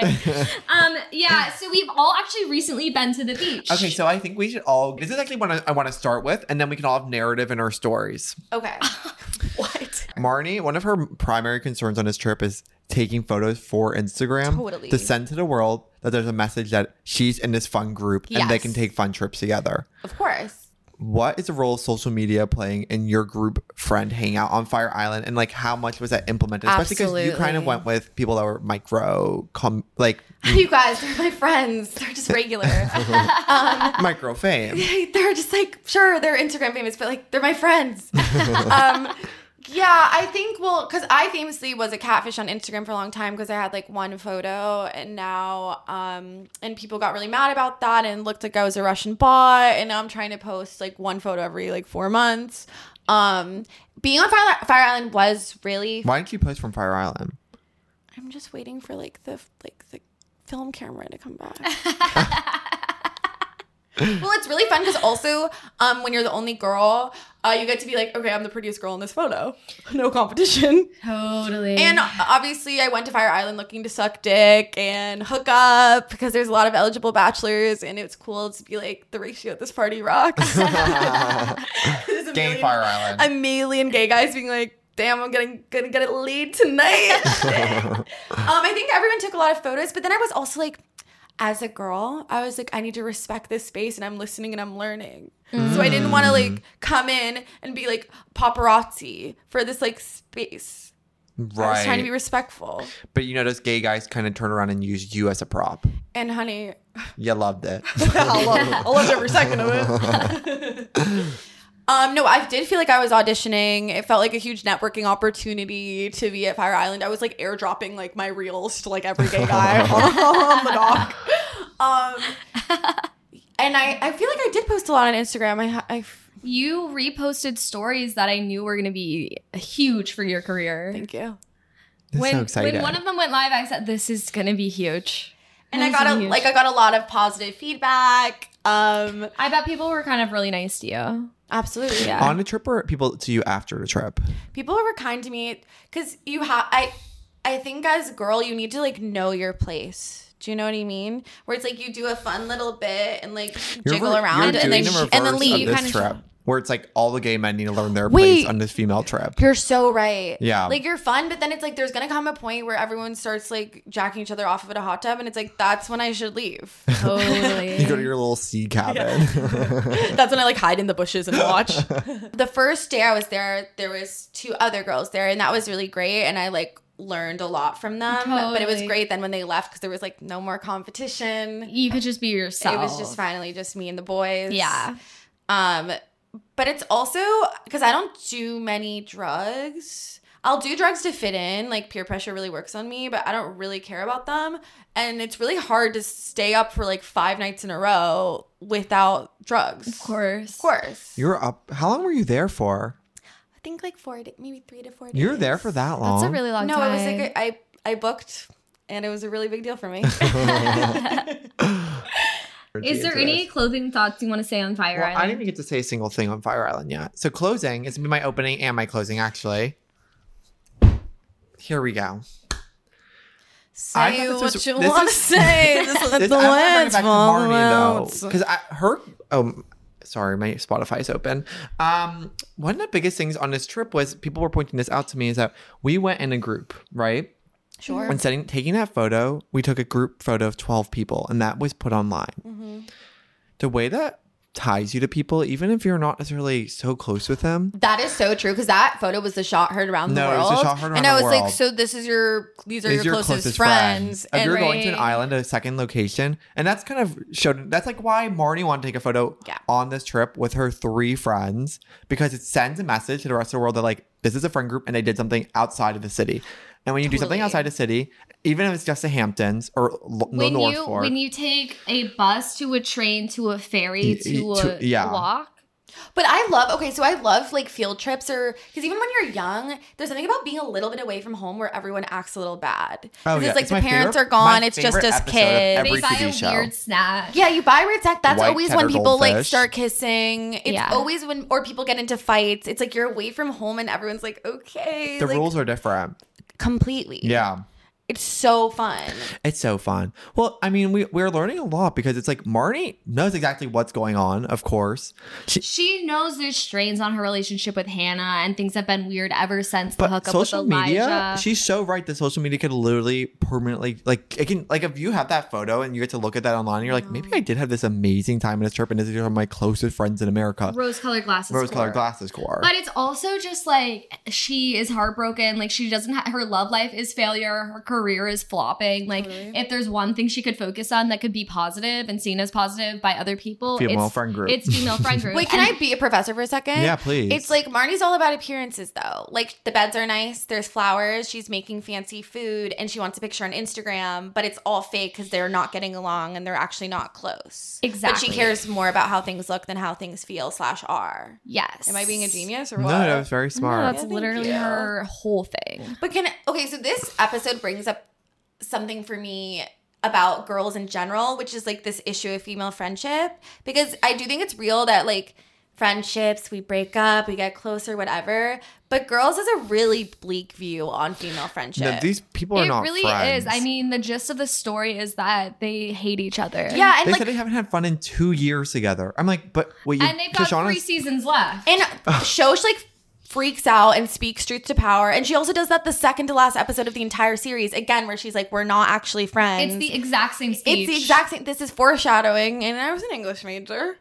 S1: um, yeah. So we've all actually recently been to the beach.
S2: Okay, so I think we should all. This is actually one I, I want to start with, and then we can all have narrative in our stories.
S3: Okay, what?
S2: Marnie, one of her primary concerns on this trip is taking photos for Instagram
S3: Totally.
S2: to send to the world that there's a message that she's in this fun group and they
S3: Yes.
S2: can take fun trips together.
S3: Of course. (laughs)
S2: What is the role of social media playing in your group friend hangout on Fire Island, and like how much was that implemented? Especially because you kind of
S3: Absolutely.
S2: went with people that were micro, com-
S3: (laughs)
S2: like
S3: You guys, they're my friends. They're
S2: (laughs)
S3: just regular. um,
S2: micro fame.
S3: they're just like sure they're Instagram famous, but like they're my friends. um, yeah, I think well, because I famously was a catfish on Instagram for a long time because I had like one photo, and now um, and people got really mad about that and looked like I was a Russian bot, and now I'm trying to post like one photo every like four months. Um, being on Fire, Fire Island was really.
S2: Why didn't you post from Fire Island?
S3: I'm just waiting for like the like the film camera to come back. (laughs) well, it's really fun because also um, when you're the only girl, uh, you get to be like, okay, I'm the prettiest girl in this photo, (laughs) no competition.
S1: totally.
S3: And uh, obviously, I went to Fire Island looking to suck dick and hook up because there's a lot of eligible bachelors, and it's cool to be like the ratio at this party
S2: (laughs)
S3: rocks. (laughs) There's (laughs) a million- (laughs)
S2: Island.
S3: a million gay guys being like, damn, I'm gonna gonna get it laid tonight. um, I think everyone took a lot of photos, but then I was also like, as a girl, I was like, I need to respect this space and I'm listening and I'm learning. So I didn't want to like come in and be like paparazzi for this like space. I was trying to be respectful.
S2: But you notice gay guys kind of turn around and use you as a prop.
S3: And honey,
S2: You loved
S3: (laughs)
S2: it.
S3: I love, I loved every second of it. (laughs) um, no, I did feel like I was auditioning. It felt like a huge networking opportunity to be at Fire Island. I was like airdropping like my reels to like every gay (laughs) guy on the dock. Um, and I, I feel like I did post a lot on Instagram. I, ha- I
S1: you reposted stories that I knew were going to be huge for your career.
S3: thank you.
S2: That's
S1: when,
S2: so exciting.
S1: when one of them went live, I said, "This is gonna be huge."
S3: And
S1: This
S3: I
S1: is
S3: got
S1: gonna
S3: a
S1: be huge.
S3: like I got a lot of positive feedback. Um,
S1: I bet people were kind of really nice to you.
S3: absolutely. Yeah.
S2: on a trip or people to you after the trip?
S3: people were kind to me because you have i i think as a girl you need to like know your place do you know what i mean where it's like you do a fun little bit and like jiggle
S2: re-
S3: around and then
S2: doing the
S3: and then
S2: reverse
S3: leave
S2: Of
S1: Kinda
S2: this trip, where it's like all the gay men need to learn their
S3: Wait.
S2: place on this female trip.
S3: you're so right.
S2: Yeah.
S3: Like you're fun, but then it's like there's gonna come a point where everyone starts like jacking each other off of it a hot tub, and it's like that's when I should
S2: (laughs)
S3: leave. Oh.
S1: Totally.
S2: You go to your little sea cabin. (laughs)
S3: That's when I like hide in the bushes and watch. the first day I was there, there was two other girls there, and that was really great. And I like learned a lot from them. But it was
S1: Totally.
S3: great then when they left because there was like no more competition.
S1: you could just be yourself.
S3: It was just finally just me and the boys.
S1: Yeah.
S3: Um, but it's also because I don't do many drugs. I'll do drugs to fit in. Like peer pressure really works on me, but I don't really care about them. And it's really hard to stay up for like five nights in a row without drugs.
S1: Of course.
S3: Of course.
S2: You were up. How long were you there for?
S3: I think like four, da- maybe three to four days.
S2: You were there for that long.
S1: That's
S2: (laughs)
S1: a really (laughs) long
S3: No,
S1: time.
S3: it was like I, I I booked and it was a really big deal for me.
S1: Is there any clothing thoughts you want to say on Fire
S2: Well, I
S1: Island?
S2: didn't even get to say a single thing on Fire Island yet. So closing is my opening and my closing actually. Here we go. (laughs) I
S3: say
S2: thought
S3: what
S2: this was-
S3: you
S2: this
S3: want to
S2: is- (laughs)
S3: say. This, is the lens moment.
S2: because her. Oh, sorry, my Spotify is open. Um, one of the biggest things on this trip was people were pointing this out to me is that we went in a group, right?
S3: Sure.
S2: When setting taking that photo, we took a group photo of twelve people, and that was put online. The way that ties you to people, even if you're not necessarily so close with them,
S3: That is so true because that photo was the shot heard around the
S2: No, it
S3: world.
S2: was the shot heard around
S3: and I
S2: the
S3: was like,
S2: world.
S3: so this is your these are
S2: is
S3: your, closest, friends.
S2: If
S3: And
S2: you're going to an
S1: Right.
S2: island, a second location, and that's kind of showed. That's like why Marnie wanted to take a photo
S3: Yeah.
S2: on this trip with her three friends because it sends a message to the rest of the world that like this is a friend group and they did something outside of the city. And when you do something
S3: Totally.
S2: outside the city, even if it's just the Hamptons or l- the
S1: when
S2: North
S1: you
S2: Fork,
S1: when you take a bus to a train to a ferry
S2: Y-
S1: to
S2: y- to-
S1: a
S2: yeah.
S1: walk,
S3: but I love okay, so I love like field trips or because even when you're young, there's something about being a little bit away from home where everyone acts a little bad.
S2: Oh,
S3: 'Cause
S2: yeah.
S3: it's like
S2: It's
S3: the
S2: my
S3: parents
S2: favorite-
S3: are gone.
S2: my
S3: It's just
S2: favorite
S3: us
S2: episode of
S3: kids.
S2: every-
S1: they buy a
S2: TV show.
S1: weird snack.
S3: Yeah, you buy red sack. That's
S2: White
S3: always when
S2: cheddar
S3: people like
S2: goldfish.
S3: start kissing. It's
S1: Yeah.
S3: always when or people get into fights. It's like you're away from home and everyone's like, okay,
S2: the
S3: like,
S2: rules are different.
S3: completely.
S2: Yeah.
S3: it's so fun.
S2: It's so fun. Well, I mean, we, we're learning a lot because it's like Marnie knows exactly what's going on, of course. She,
S1: She knows there's strains on her relationship with Hannah, and things have been weird ever since the hookup
S2: social
S1: with Elijah.
S2: media she's so right that social media could literally permanently like it can like if you have that photo and you get to look at that online you're like maybe i did have this amazing time in this trip and this is one of my closest friends in america
S1: Rose colored glasses.
S2: rose colored
S1: core.
S2: glasses core
S1: But it's also just like she is heartbroken. Like she doesn't ha- her love life is failure. Her career is flopping. Like if there's one thing she could focus on that could be positive and seen as positive by other people,
S2: Female
S1: it's,
S2: friend group.
S1: It's female friend group.
S3: (laughs) Wait, can
S1: And-
S3: I be a professor for a second?
S2: yeah please
S3: It's like Marnie's all about appearances though. Like the beds are nice, there's flowers, she's making fancy food, and she wants a picture on Instagram, but it's all fake because they're not getting along and they're actually not close. But
S1: Exactly.
S3: she cares more about how things look than how things feel slash are.
S1: Yes.
S3: Am I being a genius or
S2: no
S3: what?
S2: that was very
S1: No,
S2: smart
S1: that's
S3: Yeah, thank
S1: literally
S3: you.
S1: her whole thing.
S3: But can okay, so this episode brings up something for me about girls in general, which is like this issue of female friendship because I do think it's real that like friendships we break up, we get closer, whatever. But girls has a really bleak view on female friendship.
S2: No, these people are
S1: it
S2: not
S1: really
S2: friends.
S1: is. I mean, the gist of the story is that they hate each other.
S3: yeah, and
S2: they
S3: like
S2: said they haven't had fun in two years together i'm like but wait you,
S1: And they've got
S2: Shoshana's-
S1: three seasons left.
S3: and (laughs) Shosh like freaks out and speaks truth to power, and she also does that the second to last episode of the entire series again, where she's like, "We're not actually friends."
S1: it's the exact same speech.
S3: It's the exact same. This is foreshadowing, and I was an English major.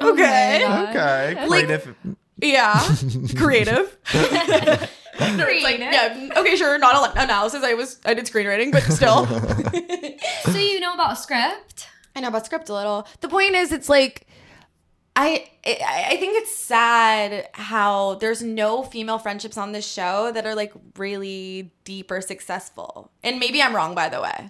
S1: Oh my
S3: Okay.
S1: God. (laughs)
S2: okay
S3: Like-
S2: creative
S3: Yeah, creative. (laughs)
S1: Creative.
S3: Like, yeah. Okay, sure. Not al- analysis. I was. I did screenwriting, but still.
S1: So you know about script?
S3: I know about script a little. The point is, it's like. I, I I think it's sad how there's no female friendships on this show that are like really deep or successful. And maybe I'm wrong, by the way.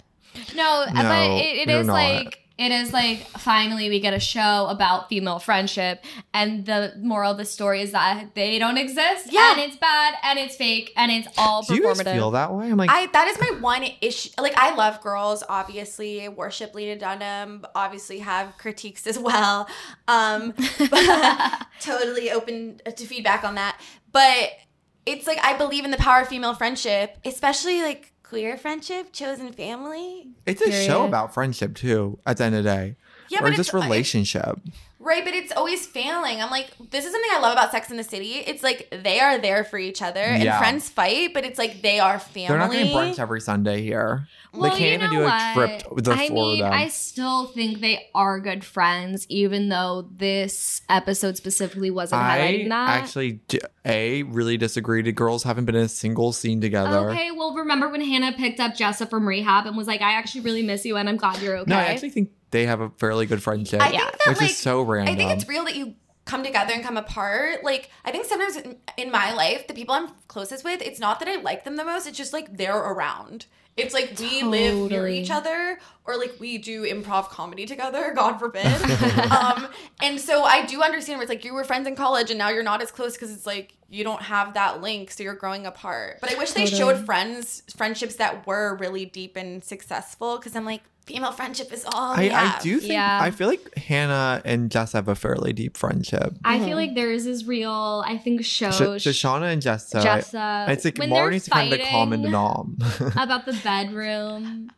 S1: No, but
S2: No,
S1: it, it
S2: you're
S1: is
S2: not.
S1: like it is like finally we get a show about female friendship, and the moral of the story is that they don't exist.
S3: Yeah.
S1: and it's bad, and it's fake, and it's all
S2: do you guys
S1: performative. (laughs)
S2: feel that way i'm like
S3: I that is my one issue. Like I love girls, obviously. Worship Lena Dunham, obviously have critiques as well. Um, (laughs) but totally open to feedback on that. But it's like I believe in the power of female friendship, especially like queer friendship, chosen family.
S2: it's a show
S1: Period.
S2: about friendship too at the end of the day
S3: Yeah,
S2: or
S3: but
S2: just
S1: uh,
S3: it's-
S2: relationship
S3: Right, but it's always failing. I'm like, this is something I love about Sex in the City. It's like they are there for each other, and
S2: Yeah.
S3: friends fight, but it's like they are family.
S2: They're not getting brunch every Sunday here.
S1: Well,
S2: they can't
S1: you
S2: even
S1: know
S2: do a
S1: what?
S2: trip with the
S1: I
S2: four of
S1: mean,
S2: them.
S1: I still think they are good friends, even though this episode specifically wasn't highlighting that.
S2: actually, d- a really disagree. The girls haven't been in a single scene together.
S1: Okay, well, remember when Hannah picked up Jessa from rehab and was like, "I actually really miss you, and I'm glad you're okay."
S2: No, I actually think they have a fairly good friendship,
S3: I
S1: Yeah.
S3: think that
S2: which
S3: like
S2: is so random.
S3: I think it's real that you come together and come apart. Like I think sometimes in, in my life, the people I'm closest with, it's not that I like them the most. It's just like they're around. It's like we live near
S1: Totally.
S3: each other, or like we do improv comedy together. (laughs) God
S2: (laughs)
S3: forbid. um, and so I do understand where it's like you were friends in college, and now you're not as close because it's like you don't have that link, so you're growing apart. But I wish they
S1: Totally.
S3: showed friends friendships that were really deep and successful because I'm like female friendship is all.
S2: I,
S3: we have.
S2: I do think
S1: Yeah.
S2: I feel like Hannah and Jess have a fairly deep friendship.
S1: I feel like theirs is real. I think show
S2: Sh- Shoshana and Jess. uh,
S1: Jessa.
S2: It's like
S1: when
S2: Mara
S1: they're
S2: needs to find the common
S1: fighting
S2: nom. (laughs)
S1: about the bedroom.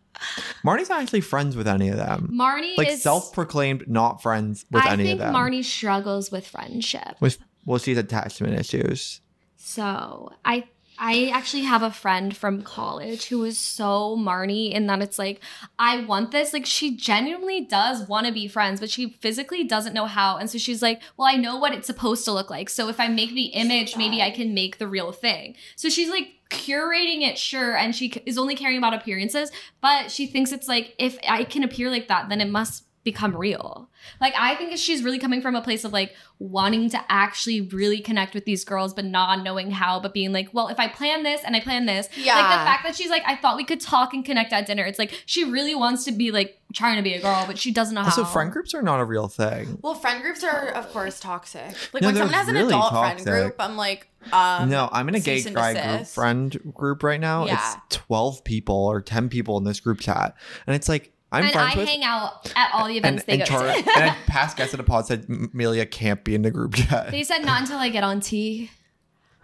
S2: Marnie's not actually friends with any of them.
S1: Marnie
S2: Like
S1: is
S2: self-proclaimed not friends with
S1: I
S2: any
S1: think
S2: of them.
S1: Marnie struggles with friendship.
S2: with well, she's attachment issues.
S1: So I I actually have a friend from college who is so Marnie in that it's like, I want this. Like she genuinely does want to be friends, but she physically doesn't know how. And so she's like, Well, I know what it's supposed to look like. So if I make the image, maybe I can make the real thing. So she's like curating it, sure, and she c- is only caring about appearances, but she thinks it's like, if I can appear like that, then it must become real. Like I think she's really coming from a place of like wanting to actually really connect with these girls, but not knowing how, but being like, well, if I plan this and I plan this,
S3: Yeah.
S1: like the fact that she's like, I thought we could talk and connect at dinner. It's like she really wants to be like trying to be a girl, but she doesn't know how.
S2: Also, friend groups are not a real thing.
S3: Well, friend groups are, of course, toxic. Like
S2: No,
S3: when
S2: they're
S3: someone has an
S2: really
S3: adult
S2: toxic.
S3: friend group, I'm like, um,
S2: no, I'm in a gay
S3: cease and
S2: guy group
S3: desist.
S2: friend group right now.
S3: Yeah.
S2: It's 12 people or 10 people in this group chat, and it's like I'm
S1: and
S2: friends
S1: I
S2: with.
S1: hang out at all the events
S2: and and,
S1: they go
S2: Char-
S1: to.
S2: and I- past guests at the pod said "M- Melia can't be in the group
S1: (laughs)
S2: chat.
S1: They said not until I get on T.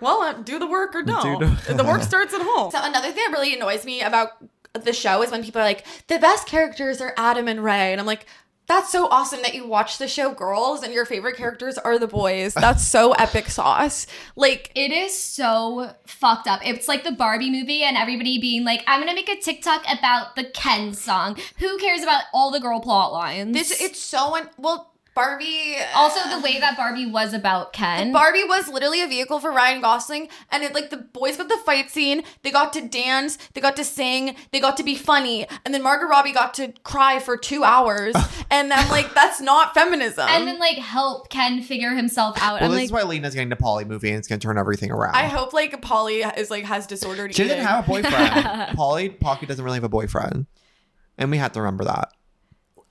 S4: Well, uh, do the work or no.
S2: Do (laughs) the-
S4: the work starts at home.
S3: So another thing that really annoys me about the show is when people are like, the best characters are Adam and Ray, and I'm like, that's so awesome that you watch the show Girls and your favorite characters are the boys. That's so epic sauce. Like,
S1: It is so fucked up. It's like the Barbie movie and everybody being like, I'm gonna make a TikTok about the Ken song. Who cares about all the girl plot lines?
S3: this, it's so un- well, Barbie. uh,
S1: also the way that Barbie was about Ken.
S3: Mm-hmm. Barbie was literally a vehicle for Ryan Gosling, and it like the boys got the fight scene. They got to dance, they got to sing, they got to be funny, and then Margot Robbie got to cry for
S2: (laughs)
S3: two hours. and I'm like, that's not feminism.
S1: and then like help Ken figure himself out. I'm
S2: well, this
S1: like,
S2: is why Lena's getting the Polly movie and it's gonna turn everything around.
S3: I hope like Polly is like has disordered
S2: she
S3: eating.
S2: doesn't have a
S1: (laughs)
S2: boyfriend. Polly Pocky doesn't really have a boyfriend, and we have to remember that.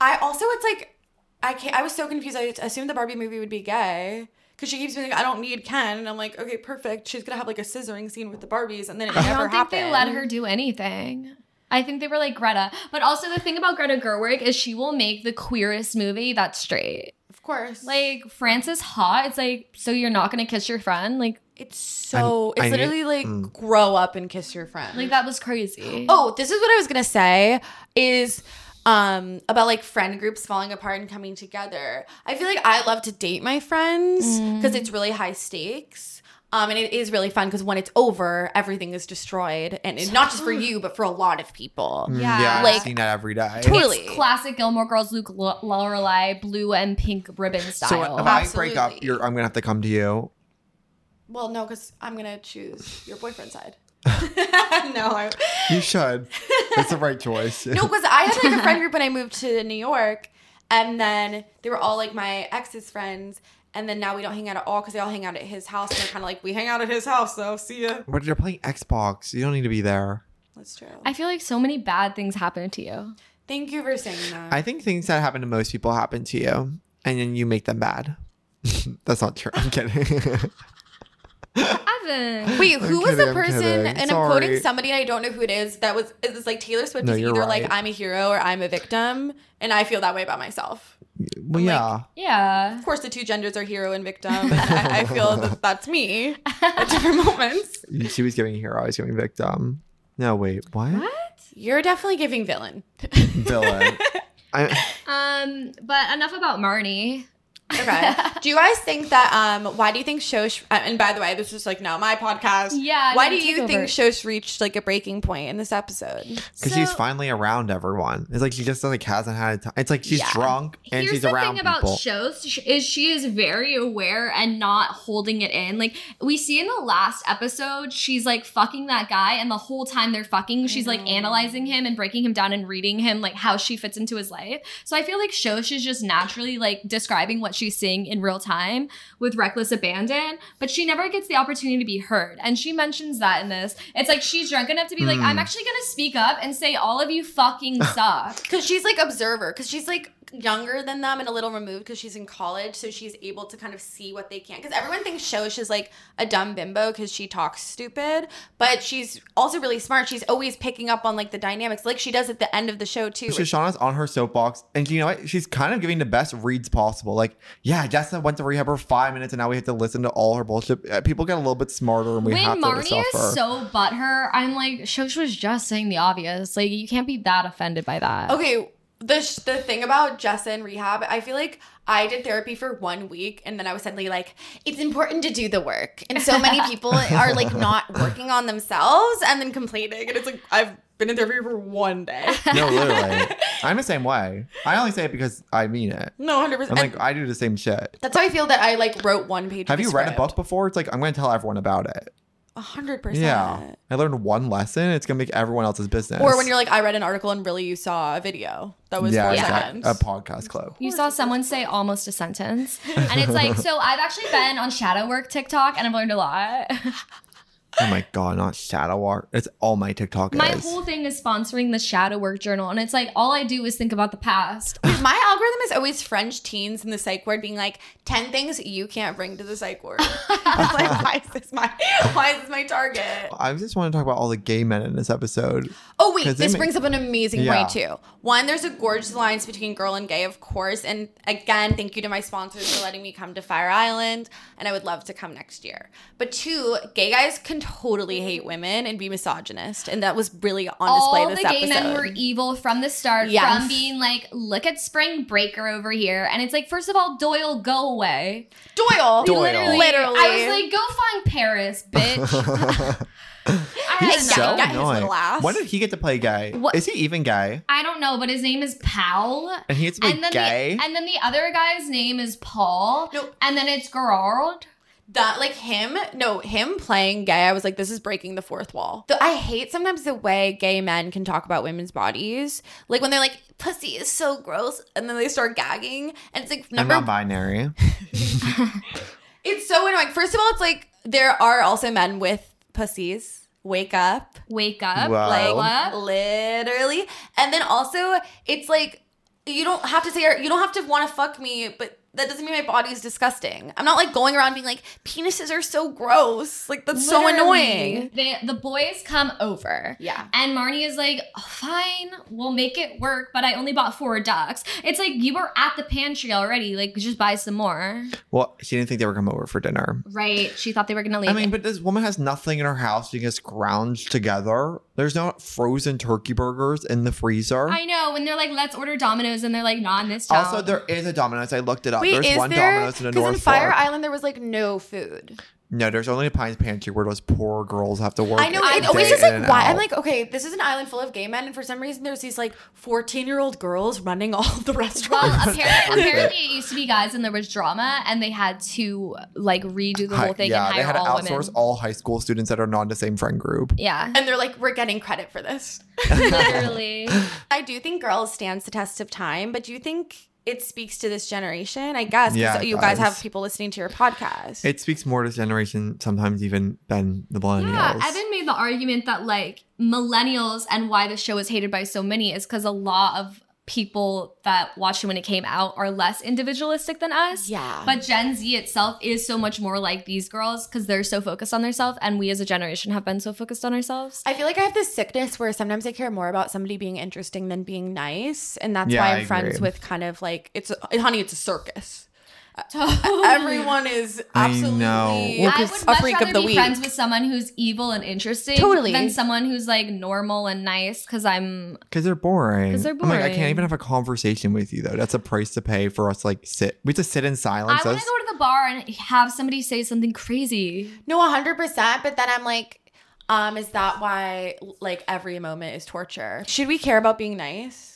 S3: I also it's like I can't. I was so confused. I assumed the Barbie movie would be gay. Cause she keeps being like, I don't need Ken, and I'm like, okay, perfect. She's gonna have like a scissoring scene with the Barbies, and then it never
S1: I don't think
S3: happened.
S1: they let her do anything. I think they were like Greta. But also the thing about Greta Gerwig is she will make the queerest movie that's straight.
S3: of course.
S1: Like Frances Ha, it's like so you're not gonna kiss your friend. Like
S3: It's so.
S2: I'm-
S3: it's
S2: I need-
S3: literally like
S2: Mm.
S3: grow up and kiss your friend.
S1: like that was crazy.
S3: Oh, this is what I was gonna say is um about like friend groups falling apart and coming together. I feel like I love to date my friends because it's really high stakes. Um, and it is really fun because when it's over, everything is destroyed, and it's not just (gasps) for you, but for a lot of people.
S2: Mm.
S1: Yeah.
S2: yeah I've
S3: Like,
S2: seen that every day.
S3: Totally.
S1: Classic Gilmore Girls Luke L- Lorelei blue and pink ribbon
S2: So
S1: style.
S2: uh, if I break up,
S3: Absolutely.
S2: you're, I'm gonna have to come to you.
S3: Well, no, because I'm gonna choose your
S2: (laughs)
S3: boyfriend's side. (laughs) no, I,
S2: You should. That's the
S1: (laughs)
S2: right choice.
S3: (laughs) No, because I had like a friend group when I moved to New York, and then they were all like my ex's friends, and then now we don't hang out at all because they all hang out at his house. And they're kind of like, we hang out at his house, so see ya.
S2: (laughs) But you're playing Xbox. You don't need to be there.
S3: That's true.
S1: I feel like so many bad things happen to you.
S3: Thank you for saying that.
S2: I think things that happen to most people happen to you, and then you make them bad. (laughs) That's not true.
S1: (laughs)
S2: I'm kidding. (laughs)
S1: Evan.
S3: Wait,
S2: I'm
S3: who was the
S2: kidding, I'm
S3: person?
S2: kidding.
S3: And I'm
S2: Sorry.
S3: quoting somebody, and I don't know who it is. That was it was like Taylor Swift
S2: No,
S3: is
S2: you're
S3: either like
S2: right.
S3: I'm a hero or I'm a victim, and I feel that way about myself.
S2: well, yeah.
S1: Yeah.
S3: Of course, the two genders are hero and victim. and I, I feel that that's me at different (laughs) moments.
S2: she was giving hero. I was giving victim. No, wait. What?
S3: You're definitely giving villain.
S1: (laughs)
S2: Villain. I,
S1: Um, but enough about Marnie. (laughs)
S3: Okay. do you guys think that? Um, why do you think Shosh? uh, And by the way, this is like now my podcast.
S1: Yeah,
S3: Why
S1: no,
S3: do
S1: take
S3: you
S1: over.
S3: think Shosh reached like a breaking point in this episode?
S2: because she's finally around everyone. It's like she just like hasn't had a time. It's like she's
S3: Yeah.
S2: drunk and
S1: Here's
S2: she's
S1: the
S2: around
S1: thing about
S2: people.
S1: shows sh- is she is very aware and not holding it in. Like we see in the last episode, she's like fucking that guy, and the whole time they're fucking, she's
S2: Mm-hmm.
S1: like analyzing him and breaking him down and reading him like how she fits into his life. So I feel like shows is just naturally like describing what actually sing in real time with reckless abandon, but she never gets the opportunity to be heard. And she mentions that in this. It's like she's drunk enough to be like,
S2: Hmm.
S1: I'm actually gonna speak up and say all of you fucking suck.
S3: Because she's like observer, because she's like younger than them and a little removed because she's in college, so she's able to kind of see what they can't. Because everyone thinks shows she's like a dumb bimbo because she talks stupid, but she's also really smart. She's always picking up on like the dynamics, like she does at the end of the show too.
S2: So Shauna's on her soapbox, and you know what? She's kind of giving the best reads possible. Like, yeah, Jessica went to rehab for five minutes, and now we have to listen to all her bullshit. Uh, People get a little bit smarter, and we have
S1: when
S2: to
S1: Marnie
S2: suffer.
S1: is so butthurt, I'm like, Shosh was just saying the obvious. Like, you can't be that offended by that.
S3: Okay, the sh- the thing about Jessa and rehab, I feel like I did therapy for one week, and then I was suddenly like, it's important to do the work, and so many people are like not working on themselves and then complaining, and it's like
S4: I've been in therapy for one day.
S2: (laughs) no, literally, I'm the same way. I only say it because I mean it.
S4: No, hundred
S2: I'm
S4: percent.
S2: like, I do the same shit.
S3: that's how I feel that I like wrote one page.
S2: Have you read a book before? It's like I'm going to tell everyone about it.
S3: hundred percent.
S2: Yeah, I learned one lesson. It's going to make everyone else's business.
S3: Or when you're like, I read an article and really you saw a video that was four
S2: exact-
S3: seconds.
S2: a podcast club.
S1: You saw someone say almost a sentence. And it's
S2: (laughs)
S1: like, so I've actually been on shadow work TikTok and I've learned a lot. (laughs)
S2: Oh my god, not shadow art. It's all my TikTok
S1: My
S2: is.
S1: whole thing is sponsoring the shadow work journal. And it's like, all I do is think about the
S3: (laughs)
S1: past.
S3: My algorithm is always French teens in the psych ward being like, 10 things you can't bring to the
S1: (laughs)
S3: psych ward. it's like, why is this my why is this my target?
S2: I just want to talk about all the gay men in this episode.
S3: Oh wait,
S2: 'Cause they
S3: this
S2: make-
S3: brings up an amazing
S2: Yeah.
S3: point too. One, there's a gorgeous alliance between girl and gay, of course. And again, thank you to my sponsors for letting me come to Fire Island, and I would love to come next year. But two, gay guys can totally hate women and be misogynist, and that was really on display
S1: all the
S3: this
S1: gay
S3: episode.
S1: men were evil from the start,
S3: Yes.
S1: from being like, look at Spring Breaker over here. And it's like, first of all, Doyle, go away.
S3: Doyle,
S2: Doyle.
S3: literally, literally,
S1: I was like, go find Paris, bitch.
S2: (laughs)
S1: I had
S3: He's
S1: enough.
S2: so
S3: guy got his little
S2: annoying.
S3: ass.
S2: When did he get to play gay?
S1: What-
S2: Is he even gay?
S1: I don't know, but his name is Powell.
S2: And he gets to play
S1: And then,
S2: gay.
S1: The, and then the other guy's name is Paul.
S3: No.
S1: And then it's Gerard.
S3: that like him no him playing gay i was like this is breaking the fourth wall Though i hate sometimes the way gay men can talk about women's bodies like when they're like pussy is so gross and then they start gagging and it's like
S2: I'm
S3: number
S2: not binary.
S3: it's so annoying first of all it's like there are also men with pussies wake up
S1: Wake up.
S2: Wow.
S3: like
S1: Lola.
S3: literally and then also it's like you don't have to say you don't have to want to fuck me but that doesn't mean my body is disgusting i'm not like going around being like penises are so gross like that's so
S1: Literally.
S3: annoying
S1: They, the boys come over.
S3: yeah
S1: And Marnie is like, fine, we'll make it work, but I only bought four ducks. It's like, you were at the pantry already. Like, just buy some more.
S2: (laughs) Well, she didn't think they were coming over for dinner.
S1: Right. She thought they were going to leave.
S2: I mean, but this woman has nothing in her house. She gets ground together. There's not frozen turkey burgers in the freezer.
S1: I know. When they're like, let's order Domino's, and they're like, not in this town.
S2: also, there is a Domino's. I looked it up.
S3: Wait,
S2: there's
S3: is
S2: one
S3: there?
S2: Domino's in the
S3: Because
S2: North
S3: in Fire
S2: Fork.
S3: Island, there was like no food.
S2: no, there's only a Pine's Pantry where those poor girls have to work.
S3: I know.
S2: a
S3: It always
S2: day
S3: is
S2: in and
S3: like why.
S2: out.
S3: I'm like, okay, this is an island full of gay men, and for some reason, there's these like 14 year old girls running all the
S2: (laughs)
S1: Well,
S3: restaurants.
S1: apparently, apparently it used to be guys and there was drama and they had to like redo the whole
S2: Hi-
S1: thing
S2: yeah,
S1: and
S2: they
S1: hire
S2: had to
S1: all
S2: outsource
S1: women.
S2: all high school students that are not in the same friend group. (laughs)
S1: yeah.
S3: (laughs) and they're like, we're getting credit for this.
S1: Literally.
S3: I do think girls stands the test of time, but do you think it speaks to this generation? I guess 'cause
S2: Yeah, it
S3: you guys
S2: does.
S3: have people listening to your podcast.
S2: It speaks more to this generation sometimes even than the
S1: Yeah,
S2: millennials.
S1: Evan made the argument that like millennials and why the show is hated by so many is because a lot of people that watched it when it came out are less individualistic than us.
S3: yeah,
S1: But Gen Z itself is so much more like these girls because they're so focused on themselves, and we as a generation have been so focused on ourselves.
S3: I feel like I have this sickness where sometimes I care more about somebody being interesting than being nice, and that's
S2: Yeah,
S3: why
S2: I
S3: I'm friends
S2: agree.
S3: with kind of like it's a, honey, it's a circus.
S2: E-,
S1: Totally.
S3: Everyone is
S2: I
S3: absolutely.
S2: know. Well,
S1: I
S3: I
S1: would much rather be friends with someone who's evil and interesting
S3: Totally.
S1: than someone who's like normal and nice because I'm
S2: Because they're boring.
S1: 'Cause they're
S2: I'm like, I can't
S1: boring.
S2: even have a conversation with you though. That's a price to pay for us. Like sit. We have to sit in silence.
S1: I want to
S2: That's-
S1: go to the bar and have somebody say something crazy.
S3: no, hundred percent. But then I'm like, um, is that why like every moment is torture? Should we care about being nice?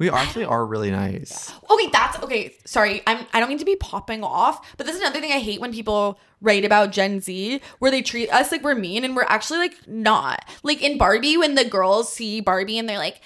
S2: we actually are really nice.
S3: Okay, that's okay. Sorry, I'm. I don't mean to be popping off, but this is another thing I hate when people write about Gen Z, where they treat us like we're mean and we're actually like not. Like in Barbie, when the girls see Barbie and they're like,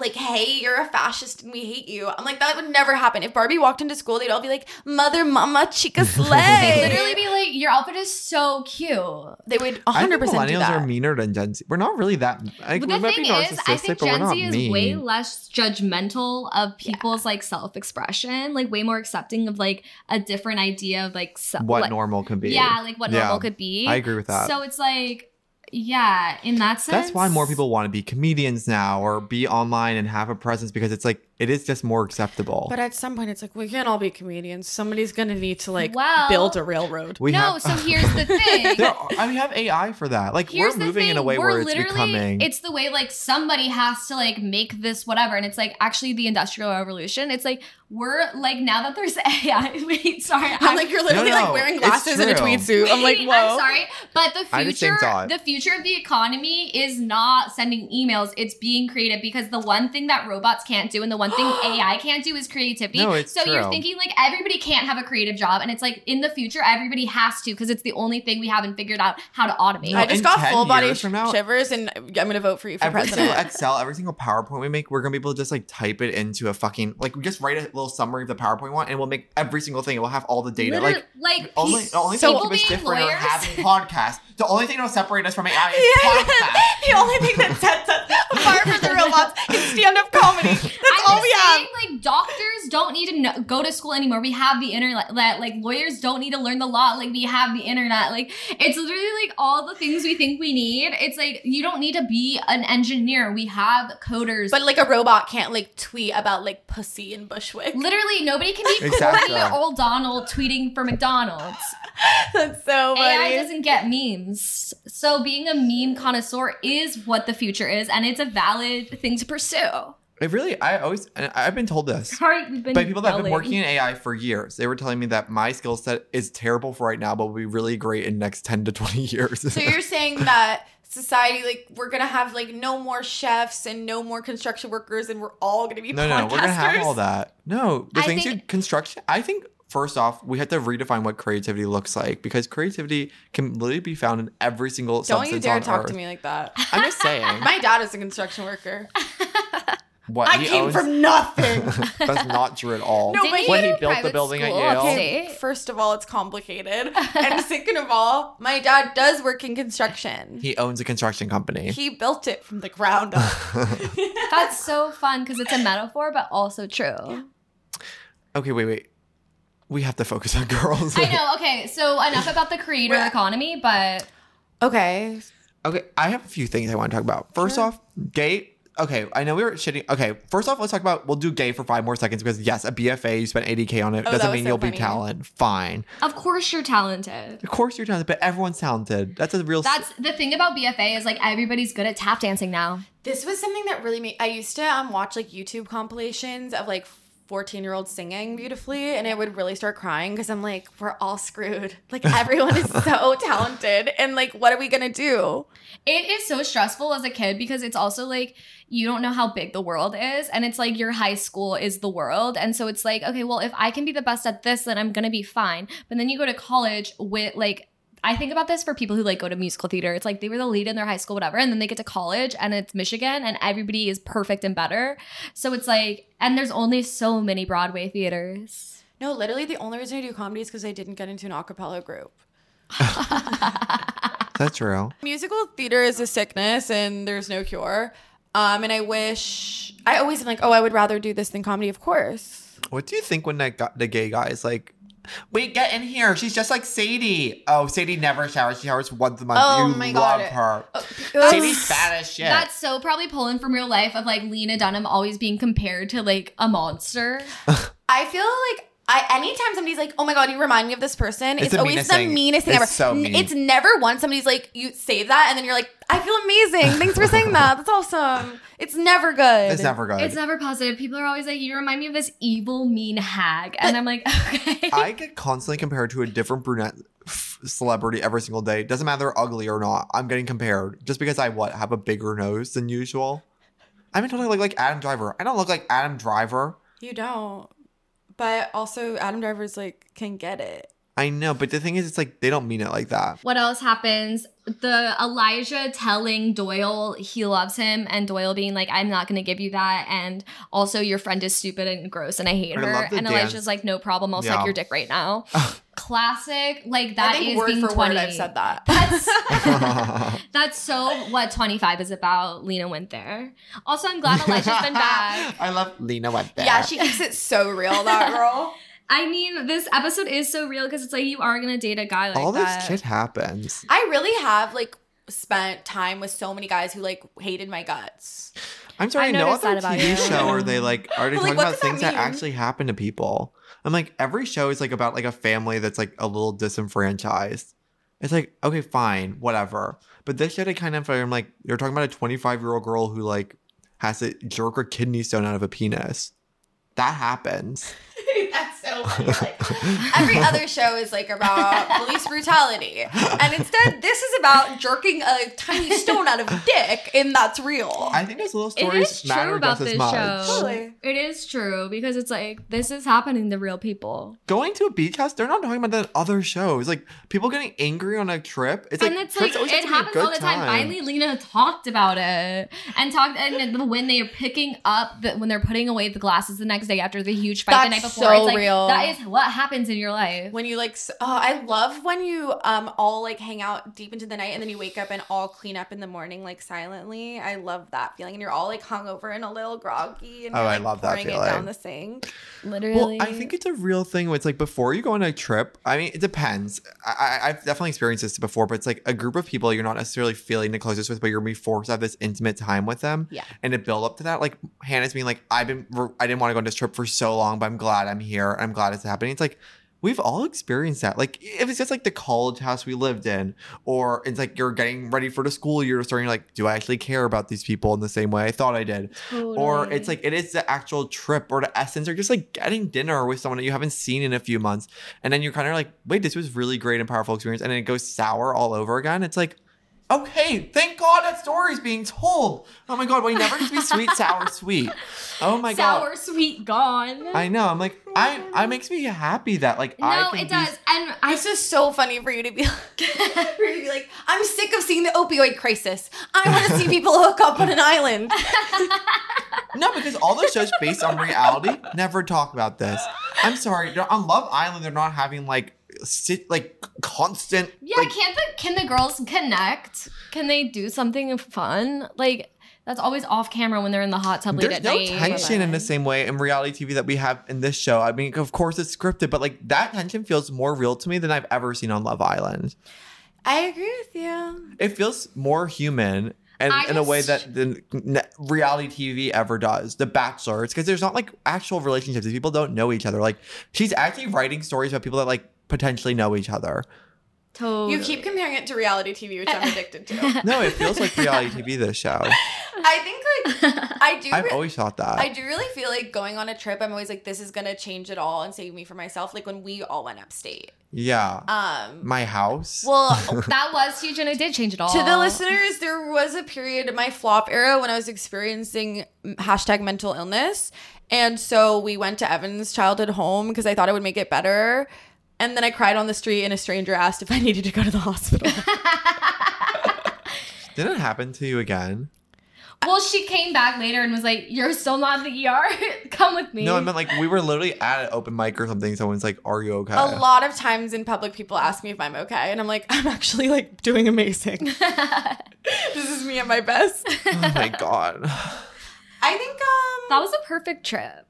S3: like, hey, you're a fascist and we hate you. I'm like, that would never happen. If Barbie walked into school, they'd all be like, mother, mama,
S2: (laughs)
S3: chica, slay.
S1: Literally be like, your outfit is so cute.
S3: they would
S2: I think
S3: 100% do
S2: millennials
S3: that.
S2: are meaner than Gen Z. We're not really that. Like,
S1: But
S2: we
S1: the
S2: might
S1: thing
S2: be
S1: is, I
S2: narcissistic,
S1: think
S2: but we're
S1: Gen
S2: not
S1: Z is
S2: mean.
S1: way less judgmental of people's like self-expression, like way more accepting of like a different idea of like se-
S2: what
S1: like,
S2: normal can be.
S1: Yeah, like what
S2: Yeah.
S1: normal could be.
S2: I agree with that.
S1: So it's like, yeah, in that sense.
S2: That's why more people want to be comedians now or be online and have a presence because it's like it is just more acceptable.
S4: But at some point, it's like we can't all be comedians. Somebody's gonna need to like
S1: Well-
S4: build a railroad.
S2: we
S1: no,
S2: have,
S1: so here's the thing. (laughs)
S2: (laughs) there are- I mean, we have AI for that. Like
S1: Here's
S2: we're
S1: the
S2: moving
S1: thing.
S2: in a way
S1: we're
S2: where it's
S1: literally,
S2: becoming.
S1: It's the way like somebody has to like make this whatever, and it's like actually the industrial revolution. It's like we're like now that there's (laughs) AI. Wait, sorry,
S4: I'm like you're literally
S2: no,
S4: like wearing
S2: it's
S4: glasses and a
S2: true.
S4: tweed suit. I'm like,
S1: Wait,
S4: whoa.
S1: (laughs) I'm sorry, but the
S2: I had the same
S1: future,
S2: thought.
S1: the future of the economy is not sending emails. It's being creative because the one thing that robots can't do and the one
S2: (gasps)
S1: thing AI can't do is creativity.
S2: No, it's
S1: so you're
S2: true.
S1: thinking like everybody can't have a creative job, and it's like in the future everybody has to because it's the only thing we haven't figured out how to automate.
S2: No,
S4: I just
S2: in
S4: got
S2: 10
S4: full body
S2: years from now-
S4: shivers, and I'm gonna vote for you for
S2: every
S4: president.
S2: single Excel, every single PowerPoint we make, we're gonna be able to just like type it into a fucking like we just write a little summary of the PowerPoint we want, and we'll make every single thing. and We'll have all the data.
S1: Literally,
S2: Like
S1: like
S2: only the only
S1: so
S2: thing that keep us
S1: being
S2: different are
S1: lawyers-
S2: having podcasts. The only thing that'll separate us from AI is podcasts.
S4: the only thing that sets us apart from the
S1: (laughs)
S4: robots is stand-up comedy. That's
S1: I'm
S4: all
S1: just
S4: we have.
S1: saying, like doctors don't need to know, go to school anymore. We have the internet. Like lawyers don't need to learn the law. Like we have the internet. Like it's literally like all the things we think we need. It's like you don't need to be an engineer. We have coders.
S3: But like a robot can't like tweet about like pussy in Bushwick.
S1: literally nobody can be
S2: Exactly.
S1: Corey old Donald tweeting for McDonald's.
S3: That's (laughs) so
S1: AI doesn't get memes. So being a meme connoisseur is what the future is, and it's a valid thing to pursue.
S2: It really, I always, and I've been told this.
S1: Sorry, we've been
S2: by people that have been
S1: yelling.
S2: working in AI for years. They were telling me that my skill set is terrible for right now, but will be really great in next 10 to 20 years.
S3: So you're saying that society, like, we're gonna have like no more chefs and no more construction workers, and we're all gonna be
S2: no, no, we're gonna have
S3: podcasters?
S2: all that. No, the
S1: I
S2: things
S1: think-
S2: you construction. I think first off, we have to redefine what creativity looks like because creativity can literally be found in every single.
S4: Don't you
S2: substance
S4: dare
S2: on
S4: talk
S2: Earth.
S4: to me like that.
S2: I'm just saying.
S3: (laughs) My dad is a construction (laughs) worker.
S2: what
S4: I
S2: he
S4: came
S2: owns-
S4: from nothing.
S2: (laughs) That's not true at all.
S3: No, but
S1: Didn't
S2: when
S1: you go to
S2: he built the
S1: private
S2: building at
S1: school
S2: Yale-
S1: upstate?
S3: First of all, it's (laughs) complicated, and second of all, my dad does work in construction.
S2: he owns a construction company.
S3: He built it from the ground
S2: (laughs)
S3: up.
S1: That's so fun because it's a metaphor, but also true.
S2: okay, wait, wait. We have to focus on (laughs) girls.
S1: I know. Okay, so enough about the creator
S3: We're-
S1: economy, but
S3: Okay,
S2: Okay, I have a few things I want to talk about. First off, gay. Okay, I know we were shitting. Okay, first off, let's talk about. We'll do gay for five more seconds because yes, a BFA, you spent 80k on it.
S3: Oh, that
S2: Doesn't
S3: was
S2: mean
S3: so
S2: you'll be
S3: funny.
S2: talent. Fine.
S1: of course you're talented.
S2: Of course you're talented, but everyone's talented. That's a real. s-
S1: That's the thing about BFA is like everybody's good at tap dancing now.
S3: This was something that really made. I used to um watch like YouTube compilations of like fourteen year olds singing beautifully, and I would really start crying because I'm like, we're all screwed. (laughs) Like everyone is so talented, and like, what are we gonna do?
S1: It is so stressful as a kid because it's also like you don't know how big the world is, and it's like your high school is the world, and so it's like okay, well if I can be the best at this, then I'm gonna be fine. But then you go to college with like. I think about this for people who like go to musical theater. It's like they were the lead in their high school, whatever, and then they get to college and it's Michigan and everybody is perfect and better. So it's like, and there's only so many Broadway theaters.
S3: No, literally, the only reason I do comedy is because I didn't get into an a cappella group.
S2: (laughs) That's true.
S3: Musical theater is a sickness, and there's no cure. Um, and I wish I always am like, oh, I would rather do this than comedy, of course.
S2: What do you think when that guy, the gay guy is like? Wait, get in here. She's just like Sadie. Oh, Sadie never showers. She showers once a month.
S3: Oh
S2: you
S3: my
S2: love
S3: God. Oh,
S2: her. Sadie's fat as shit.
S1: That's so probably pulling from real life of like Lena Dunham always being compared to like a monster.
S3: I feel like I anytime somebody's like, "Oh my god, you remind me of this person,"
S2: It's
S3: it's,
S2: the
S3: always
S2: meanest
S3: the
S2: thing.
S3: meanest thing
S2: It's
S3: ever.
S2: so
S3: N-
S2: mean.
S3: It's never once somebody's like, "You say that," and then you're like, "I feel amazing. Thanks for saying that. That's awesome." It's never good.
S2: it's never good.
S1: It's never positive. People are always like, "You remind me of this evil, mean hag," and I'm like, (laughs) "Okay."
S2: I get constantly compared to a different brunette f- celebrity every single day. Doesn't matter ugly or not. I'm getting compared just because I what have a bigger nose than usual. I've been told I look like Adam Driver. I don't look like Adam Driver.
S3: You don't. But also, Adam Driver's like can get it.
S2: I know, but the thing is, it's like they don't mean it like that.
S1: What else happens? The Elijah telling Doyle he loves him, and Doyle being like, "I'm not going to give you that," and also your friend is stupid and gross, and I hate
S2: I
S1: her.
S2: love the
S1: and
S2: dance.
S1: Elijah's like, "No problem, I'll
S2: Yeah.
S1: suck your dick right
S2: (laughs)
S1: now." Classic, like
S3: I
S1: that
S3: think
S1: is
S3: word
S1: being
S3: for
S1: 20.
S3: word, I've said that.
S2: (laughs)
S1: That's
S2: I
S1: that's so what 25 is about. Lena went there. Also, I'm
S2: (laughs)
S1: glad Elijah's been back.
S2: love Lena went there.
S3: Yeah, she keeps it so real, (laughs) that girl.
S1: I mean, this episode is so real because it's like you are gonna date a guy like
S2: all
S1: that.
S2: this shit happens.
S3: I really have like spent time with so many guys who like hated my guts.
S2: I'm sorry,
S1: I
S2: no
S1: noticed that
S2: other
S1: about
S2: TV
S1: you.
S2: show are they like
S1: (laughs)
S2: are they
S3: Like,
S2: talking
S3: what
S2: about
S3: does that
S2: things that,
S3: mean?
S2: actually happen to people? I'm like every show is like about like a family that's like a little disenfranchised. It's like okay, fine, whatever. But this shit, I kind of I'm like you're talking about a 25 year old girl who like has to jerk her kidney stone out of a penis. That happens.
S4: That's so funny. Like,
S3: Every other show is like
S2: (laughs)
S3: about police brutality. And instead, this is about jerking a tiny stone out of a dick, and that's real.
S2: I think those little
S1: It
S2: stories
S1: is
S2: matter
S1: true about
S2: just as
S1: this
S2: much.
S1: show.
S3: Totally.
S1: It is true because it's like this is happening to real people,
S2: Going to a beach house, they're not talking about that in other shows. Like people getting angry on a trip. It's like
S1: and it's like
S2: trips always
S1: it
S2: have to be a
S1: happens
S2: good
S1: all the time. Finally, Lena talked about it and talked, and the- when they are picking up, the, when they're putting away the glasses the next day after the huge fight the night
S3: That's
S1: before,
S3: so
S1: it's like
S3: real.
S1: that is what happens in your life.
S3: When you like, s- oh, I love when you um all like hang out deep into the night and then you wake up and all clean up in the morning like silently. I love that feeling, and you're all like hungover and a little groggy, and
S2: Oh,
S3: you're,
S2: I
S3: like,
S2: love that
S3: pouring it
S2: feeling.
S3: down the sink.
S1: Literally,
S2: Well, I think it's a real thing. where It's like before you go on a trip. I mean, it depends. I, I, I've definitely experienced this before, but it's like a group of people you're not necessarily feeling the closest with, but you're gonna be forced to have this intimate time with them.
S3: Yeah.
S2: And to build up to that, like Hannah's being like, I've been, I didn't want to go on this trip for so long, but I'm glad I'm here. I'm glad it's happening. It's like. We've all experienced that. Like, if it's just like the college house we lived in, or it's like you're getting ready for the school year, so you're like, do I actually care about these people in the same way I thought I did? or it's like it is the actual trip or the essence or just like getting dinner with someone that you haven't seen in a few months and then you're kind of like wait this was really great and powerful experience and then it goes sour all over again it's like okay thank god that story's being told oh my god we never gets to be sweet sour sweet oh my
S1: sour,
S2: god
S1: sweet, gone.
S2: i know i'm like i i makes me happy that like i
S1: no,
S2: can
S1: it
S2: be-
S1: does, and I
S3: It's just so funny for you to be (laughs) like, for you to be like, I'm sick of seeing the opioid crisis. I want
S2: (laughs)
S3: to see people hook up on an island.
S2: No, because all those shows based on reality never talk about this. I'm sorry. they're- On Love Island, they're not having like sit like constant.
S1: Yeah,
S2: like,
S1: can't the can the girls connect? Can they do something fun? Like that's always off camera when they're in the hot tub late
S2: There's
S1: at
S2: no
S1: night.
S2: tension in the same way in reality TV that we have in this show. I mean, of course it's scripted, but like that tension feels more real to me than I've ever seen on Love Island.
S3: I agree with you.
S2: It feels more human and
S1: I
S2: in a way
S1: just-
S2: that the n- reality TV ever does. The Bachelor, it's because there's not like actual relationships. These people don't know each other. Like she's actually writing stories about people that like potentially know each other.
S1: Totally.
S3: You keep comparing it to reality TV, which I'm addicted (laughs) to.
S2: No, it feels like reality TV.
S3: (laughs)
S2: This show,
S3: I think like I do.
S2: I've
S3: re-
S2: always thought that.
S3: I do really feel like going on a trip. I'm always like, this is gonna change it all and save me for myself. Like when we all went upstate.
S2: yeah,
S3: Um.
S2: my house. (laughs)
S3: Well,
S1: that was huge and it did change it all.
S3: To the listeners, there was a period in my flop era when I was experiencing hashtag mental illness. And so we went to Evan's childhood home because I thought it would make it better. And then I cried on the street, and a stranger asked if I needed to go to the hospital.
S2: Didn't it happen to you again?
S1: Well, she came back later and was like, You're still not in the ER? (laughs) Come with me.
S2: No, I meant like we were literally at an open mic or something. Someone's like, "Are you (laughs) okay?" Oh
S3: a lot of times in public, people ask me if I'm okay, and I'm like, (laughs) I'm actually like doing (laughs) amazing. this is me at my (laughs) best.
S2: oh my god, (sighs)
S3: I think um,
S1: that was a perfect trip.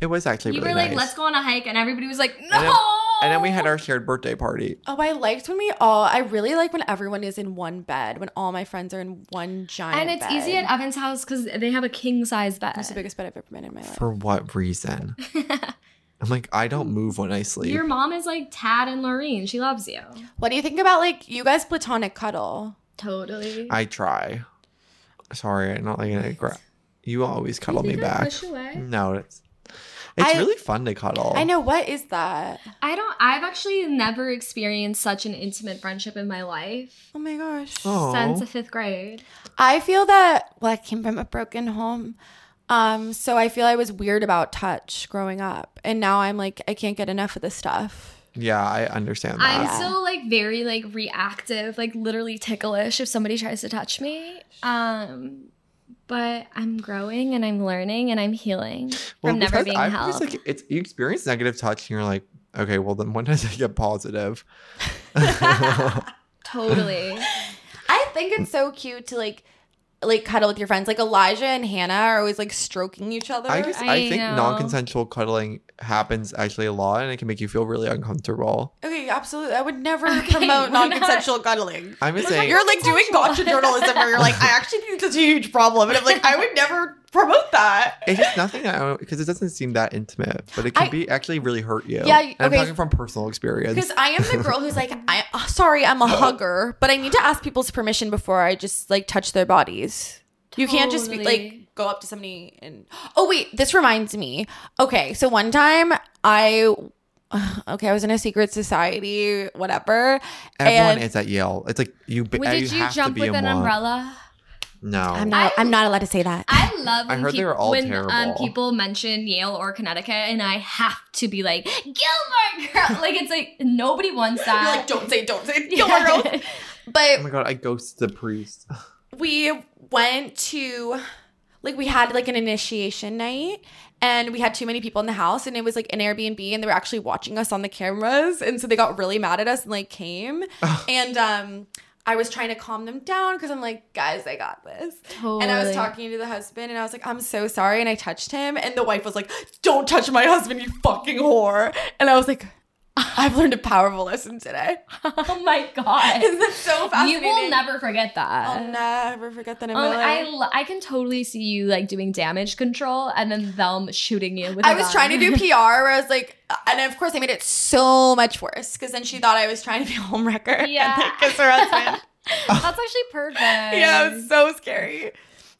S2: it was actually
S1: You
S2: really
S1: were like,
S2: nice.
S1: Let's go on a hike, and everybody was like, No.
S2: And then, and then we had our shared birthday party.
S3: Oh, I liked when we all. I really like when everyone is in one bed, when all my friends are in one giant.
S1: and it's
S3: bed.
S1: easy at Evan's house because they have a king size bed.
S3: It's the biggest bed I've ever been in my life.
S2: For
S1: (laughs)
S2: what reason? I'm like, I don't move when I sleep.
S1: Your mom is like Tad and Lorene. She loves you.
S3: What do you think about like you guys platonic cuddle?
S1: Totally.
S2: I try. Sorry, I'm not like an aggra- You always cuddle me
S1: think I
S2: back.
S1: push away?
S2: No, it's it's
S3: I-
S2: really fun to cuddle.
S3: I know what is that?
S1: I don't. I've actually never experienced such an intimate friendship in my life
S3: Oh my gosh.
S2: Oh.
S1: since the fifth grade.
S3: I feel that well, I came from a broken home. Um, so I feel I was weird about touch growing up. And now I'm like, I can't get enough of this stuff.
S2: Yeah, I understand
S1: I'm
S2: that.
S1: so like very like reactive, like literally ticklish if somebody tries to touch me. Um but I'm growing and I'm learning and I'm healing from never
S2: because
S1: being
S2: I'm
S1: held.
S2: just like it's you experience negative touch and you're like, okay, well then when does it get positive? (laughs) (sighs)
S1: totally.
S3: I think it's so cute to like like cuddle with your friends. Like Elijah and Hannah are always like stroking each other.
S2: I just I,
S1: I
S2: think
S1: know.
S2: non-consensual cuddling happens actually a lot and it can make you feel really uncomfortable.
S3: okay, absolutely. I would never
S1: Okay,
S3: promote
S1: we're not-
S3: non-consensual cuddling.
S2: I'm just saying
S3: You're
S4: You're like doing gotcha journalism where you're like, I actually think this is a huge problem. And I'm like, I would never promote that.
S2: it's just nothing because it doesn't seem that intimate, but it can
S3: I-
S2: be actually really hurt you.
S3: Yeah,
S2: And I'm
S3: okay.
S2: talking from personal experience.
S3: Because I am the girl who's like, I oh, sorry, I'm a hugger, but I need to ask people's permission before I just like touch their bodies. You can't just be
S1: Totally.
S3: like go up to somebody and oh wait, this reminds me. Okay, so one time I (sighs) okay I was in a secret society, whatever.
S2: Everyone
S3: and
S2: is at Yale. It's like you. Be,
S1: Well, did
S2: you,
S1: you
S2: have
S1: jump
S2: to be
S1: with an
S2: in one.
S1: umbrella?
S2: No,
S3: I'm not.
S1: I-
S3: I'm not allowed to say that.
S1: I love
S2: I
S1: when,
S2: heard they
S1: peop-
S2: were all
S1: when um,
S2: terrible.
S1: people mention Yale or Connecticut and I have to be like, Gilmore Girl. like it's like nobody wants that.
S4: You're like, don't say, don't say.
S1: Yeah.
S4: Don't
S3: (laughs)
S1: (laughs)
S4: worry.
S2: oh
S3: But
S2: my god, I ghosted the priest.
S3: we went to like we had like an initiation night and we had too many people in the house and it was like an Airbnb and they were actually watching us on the cameras and so they got really mad at us and like came and um I was trying to calm them down because I'm like, guys, I got this. And I was
S1: Totally.
S3: talking to the husband and I was like, I'm so sorry. And I touched him. And the wife was like, Don't touch my husband, you fucking whore. And I was like, I've learned a powerful lesson
S1: (laughs)
S3: today. (laughs)
S1: oh my god.
S3: Isn't that so
S1: You
S3: fascinating? Oh,
S1: will never forget that.
S3: I'll never forget that in my
S1: Um,
S3: life.
S1: I, lo- I can totally see you like doing damage control and then them shooting you with.
S3: I
S1: a
S3: was
S1: gun.
S3: trying to do PR where I was like, and of course I made it so much worse because then she thought I was trying to be a homewrecker.
S1: Yeah.
S3: And like kiss
S1: (laughs)
S3: her husband.
S1: (laughs) That's actually perfect.
S3: yeah, it was so scary.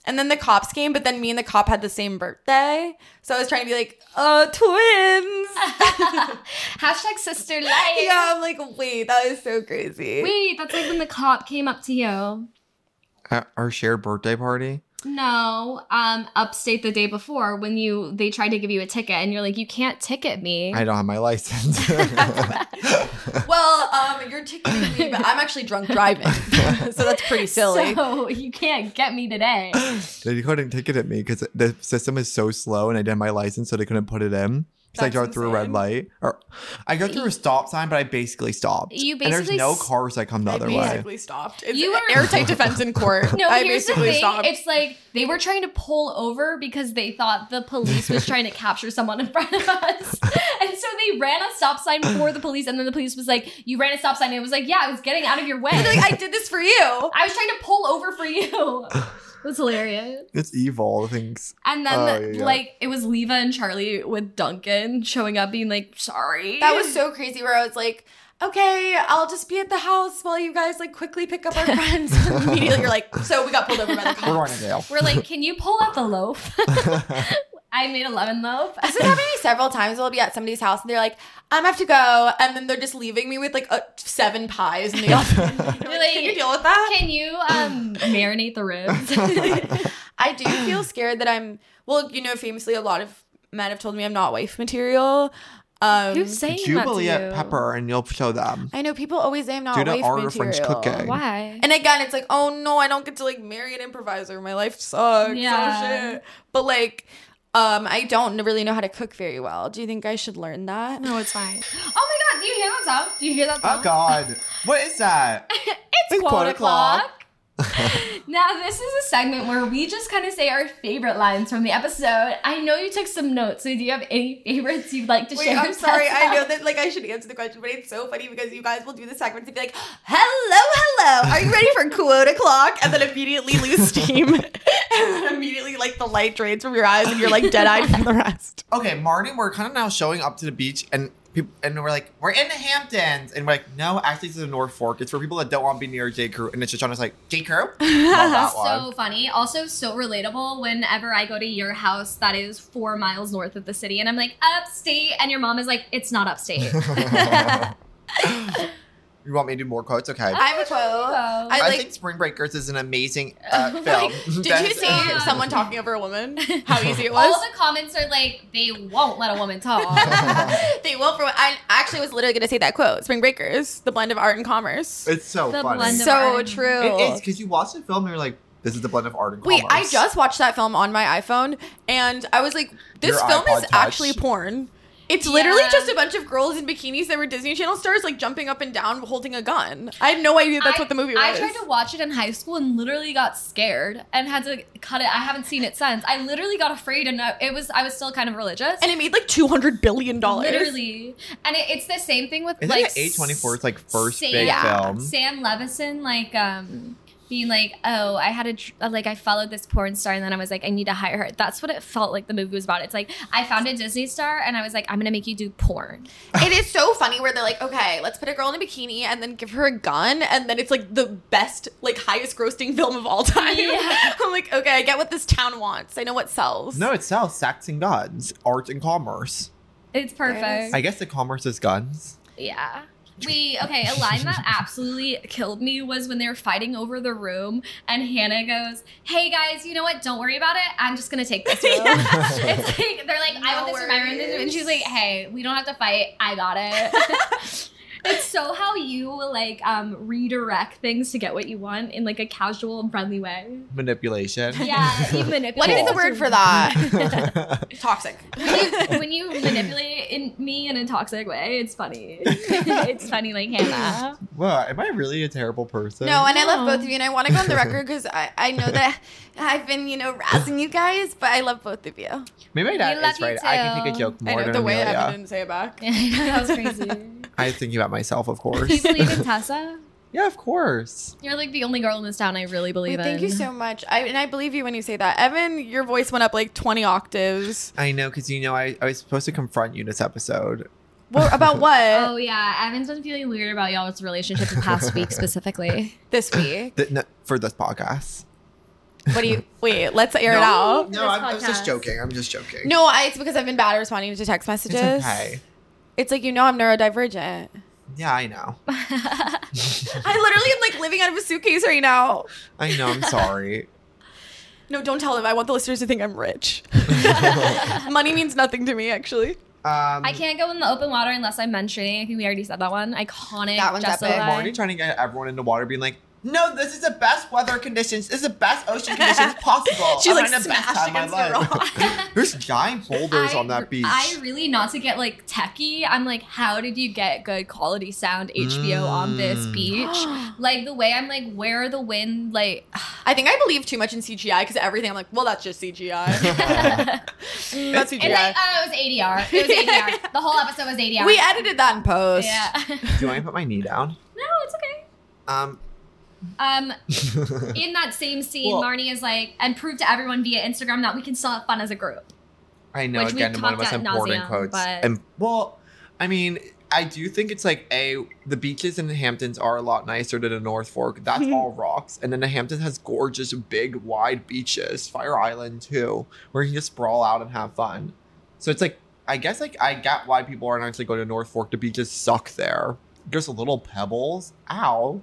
S3: And then the cops came, but then me and the cop had the same birthday. So I was trying to be like,
S1: (laughs)
S3: uh, twins.
S1: Hashtag sister life.
S3: yeah, I'm like, wait, that is so crazy.
S1: Wait, that's like when the cop came up to you.
S2: At our shared birthday party.
S1: No, um, upstate the day before when you they tried to give you a ticket and you're like, you can't ticket me.
S2: I don't have my license.
S3: (laughs) Well, um, you're ticking me, but I'm actually drunk driving. (laughs) so that's pretty silly.
S1: (laughs) So you can't get me today.
S2: they couldn't ticket at me because the system is so slow, and I didn't have my license, so they couldn't put it in. Because I
S3: That's
S2: drove through a red
S3: insane.
S2: light, or I go through a stop sign, but I basically stopped.
S1: You
S2: and
S1: basically
S2: there's no
S1: s-
S2: cars that come the
S3: I
S2: other way.
S3: basically stopped. It's
S1: You
S3: you
S1: were-
S3: airtight defense in court.
S1: (laughs) No,
S3: I
S1: here's the
S3: basically
S1: thing.
S3: stopped.
S1: It's like they were trying to pull over because they thought the police was trying to capture someone in front of us. (laughs) and so they ran a stop sign for the police, and then the police was like, You ran a stop sign. And it was like, Yeah, I was getting out of your way.
S3: They're (laughs) like, I did this for you.
S1: I was trying to pull over for
S3: (laughs)
S1: you. It was hilarious.
S2: It's evil
S1: (sighs)
S2: things.
S1: And then,
S2: Oh, yeah, yeah.
S1: like, it was Leva and Charlie with Duncan showing up being like, Sorry.
S3: That was so crazy where I was like, okay, I'll just be at the house while you guys like quickly pick up our friends. Immediately you're like, so we got pulled over by the
S2: We're (laughs)
S3: cops.
S2: going to jail.
S1: (laughs) We're like, Can you pull out the
S2: (laughs)
S1: loaf? (laughs) I made a lemon loaf. (laughs)
S3: This has happened to me several times. I'll be at somebody's house and they're like, I'm gonna have to go. And then they're just leaving me with like uh, seven pies in the oven.
S1: You're
S3: Can you
S1: like,
S3: deal with that?
S1: Can you um, marinate the ribs? (laughs)
S3: I do feel scared that I'm, well, you know, famously a lot of men have told me I'm not wife material. Um,
S1: Who's saying
S2: Jubilee
S1: that to
S2: at
S1: you?
S2: Pepper, and you'll show them.
S3: I know people always say I'm not
S2: Do the
S3: wife
S2: art
S3: material.
S2: of French cooking.
S1: Why?
S3: And again, it's like, oh no, I don't get to like marry an improviser. My life
S1: Yeah.
S3: sucks. Yeah. shit. But like, um, I don't really know how to cook very well. Do you think I should learn that?
S1: no, it's fine. Oh my god, do you hear that sound? Do you hear that sound?
S2: Oh God, what is
S1: (laughs)
S2: that?
S1: It's,
S2: It's
S1: quote
S2: quote
S1: o'clock. (laughs) now this is a segment where we just kind of say our favorite lines from the episode. I know you took some notes, so do you have any (laughs) favorites you'd like to
S3: Wait,
S1: share?
S3: I'm
S1: with
S3: sorry.
S1: us?
S3: I know that like I should answer the question, but it's so funny because you guys will do the segments and be like, "Hello, hello, are you ready for quote o'clock?" And then immediately
S1: (laughs)
S3: lose steam, (laughs) and then immediately like the light drains from your eyes and you're like dead eyed from the rest.
S2: Okay, Marty, we're kind of now showing up to the beach, and people, and we're like, we're in the Hamptons, and we're like, no, actually, it's the North Fork. It's for people that don't want to be near J Crew, and it's just on us like
S1: (laughs)
S2: J Crew. Love (laughs) that
S1: so funny. Also, so relatable whenever I go to your house that is four miles north of the city,
S2: (laughs)
S1: and I'm like, upstate. And your mom is like, it's not upstate.
S2: one. You want me to do more quotes? Okay.
S3: I have a
S1: (laughs)
S3: quote.
S1: I,
S3: I-
S2: I
S3: like-
S2: think Spring Breakers is an amazing
S3: (laughs)
S1: Oh
S2: uh,
S1: my-
S2: film.
S3: Did
S2: That
S3: you
S2: is-
S3: see
S1: Yeah.
S3: someone talking over a
S1: (laughs)
S3: woman? How easy it
S1: all
S3: was.
S1: the comments are like they won't let a woman
S2: (laughs)
S1: talk.
S3: (laughs) they will for. I actually was literally going to say that quote. Spring Breakers, the blend of art and commerce.
S2: It's so
S1: The
S2: funny.
S1: blend of-
S3: So
S1: art.
S3: true.
S2: it is because you watch the film and you're like, this is the blend of art and
S3: Wait, I
S2: commerce.
S3: just watched that film on my iPhone, and I was like, this
S2: Your
S3: film
S2: iPod
S3: is
S2: Touch.
S3: actually porn. It's literally
S1: Yeah.
S3: just a bunch of girls in bikinis that were Disney Channel stars, like jumping up and down, holding a gun. I had no idea that's
S1: I-
S3: what the movie was.
S1: I tried to watch it in high school and literally got scared and had to cut it. I haven't seen it since. I literally got afraid and I- it was I was still kind of religious.
S3: and it made like two hundred billion dollars.
S1: Literally, and it, it's the same thing with
S2: Isn't
S1: like
S2: like, it A24's like first
S1: Sam-
S2: big
S3: Yeah.
S2: film?
S1: Sam Levison, like um being like, oh, I had a dr- uh, like I followed this porn star and then I was like, I need to hire her. That's what it felt like the movie was about. It's like I found a Disney star and I was like, I'm gonna make you do porn.
S3: It is so funny where they're like, okay, let's put a girl in a bikini and then give her a gun, and then it's like the best, like highest grossing film of all time.
S1: Yeah.
S3: (laughs) I'm like, okay, I get what this town wants. I know what sells.
S2: No, it sells sex and guns, art and commerce.
S1: It's perfect.
S2: I guess the commerce is guns.
S1: (laughs) yeah. We okay. A line that absolutely killed me was when they were fighting over the room, and Hannah goes, "Hey guys, you know what? Don't worry about it. I'm just gonna take (laughs) this room." it's like they're like, "I want
S3: No
S1: this room, I want this room," and she's like,
S3: worries.
S1: "Hey, we don't have to fight. I got (laughs) it." it's so how you like um redirect things to get what you want in like a casual and friendly way.
S2: Manipulation. (laughs)
S1: Yeah, (laughs) you manipulate.
S3: What is the
S1: That's
S3: word
S1: a-
S3: for that?
S2: Yeah.
S3: Toxic.
S1: when you, when you manipulate in me in a toxic way, it's funny. (laughs) it's funny, like Hannah.
S2: Wow, am I really a terrible person?
S3: No, and I love
S1: No.
S3: both of you, and I want to go on the record because I, I know that I've been, you know, razzing you guys, but I love both of you.
S2: Maybe that
S1: love
S2: is
S1: you
S2: right. I can
S1: too.
S2: take a joke
S3: I
S2: more
S3: know
S2: than
S3: the way
S2: Amelia.
S3: Evan didn't say it back.
S1: Yeah, (laughs) I know, that was
S2: (laughs)
S1: crazy. Do
S2: I was thinking about myself, of
S1: you
S3: (laughs)
S2: course.
S1: believe
S2: (laughs)
S1: in Tessa?
S2: yeah, of course.
S1: You're like the only girl in this town I really believe
S3: Wait,
S1: in.
S3: thank
S1: (laughs)
S3: you so much. I, and I believe you when you say that. Evan, your voice went up like
S1: (laughs)
S3: 20 octaves.
S2: I know, because you know, I, I was supposed to confront you this episode.
S3: What, about what?
S1: Oh yeah, Evan's been feeling weird about y'all's relationship the past
S2: (laughs)
S1: week specifically. (laughs)
S3: This week.
S2: Th- no, for this podcast. (laughs)
S3: What do you, wait, let's air
S2: No.
S3: it out.
S1: No, I'm- I was just podcast. joking,
S2: I'm just joking.
S3: No, I, it's because I've been bad at responding to text
S2: it's
S3: messages.
S2: okay.
S3: It's like, you know,
S2: (laughs)
S3: I'm neurodivergent.
S2: Yeah, I know.
S3: I literally am like living out of a suitcase right now.
S2: I know. I'm
S3: (laughs)
S2: sorry.
S3: No, don't tell them. I want the listeners to think
S2: (laughs)
S3: I'm rich. Money means nothing to
S2: (gasps)
S3: me, actually.
S2: Um,
S1: I can't go in the open water unless I'm menstruating. I think we already said that one. Iconic.
S3: That one's
S1: just so
S3: epic.
S2: I'm
S1: that-
S2: already trying to get everyone in the water, being like, "No, this is the best weather conditions. This is the best ocean
S3: (laughs)
S2: conditions possible."
S3: She's
S2: I'm
S3: like
S2: having the best
S3: smashed
S2: time of
S3: against
S2: my
S3: the
S2: life."
S3: rock.
S2: (laughs) There's giant boulders on that beach.
S1: I really not to get like techie. I'm like, how did you get good quality sound HBO on this
S2: Mm.
S1: beach?
S3: (gasps)
S1: like the way I'm like, where are the wind? Like, (laughs)
S2: (laughs)
S3: I think I believe too much in CGI because everything I'm like, well, that's just CGI.
S2: (laughs)
S3: Mm, that's
S1: and
S3: CGI.
S1: like, oh, it was ADR. It was
S3: (laughs)
S1: ADR. the whole episode was ADR.
S3: We edited that in post.
S1: yeah. (laughs) no,
S2: Do you want me to put my knee down?
S1: it's okay.
S3: (laughs)
S2: Um.
S1: Um, in that same scene,
S2: Well-
S1: Marnie is like, and prove to everyone via Instagram that we can still have fun as a group.
S2: I know
S1: Which we
S2: again one
S1: talked
S2: of most
S1: ad
S2: important
S1: nauseam,
S2: quotes.
S1: but-
S2: And well, I mean, I do think it's like a the beaches in the Hamptons are a lot nicer than the North Fork.
S1: (laughs)
S2: That's all rocks, and then the Hamptons has gorgeous, big, wide beaches. Fire Island too, where you can just sprawl out and have fun. So it's like I guess like I get why people aren't actually going to North Fork. The beaches suck there. There's little pebbles. Ow!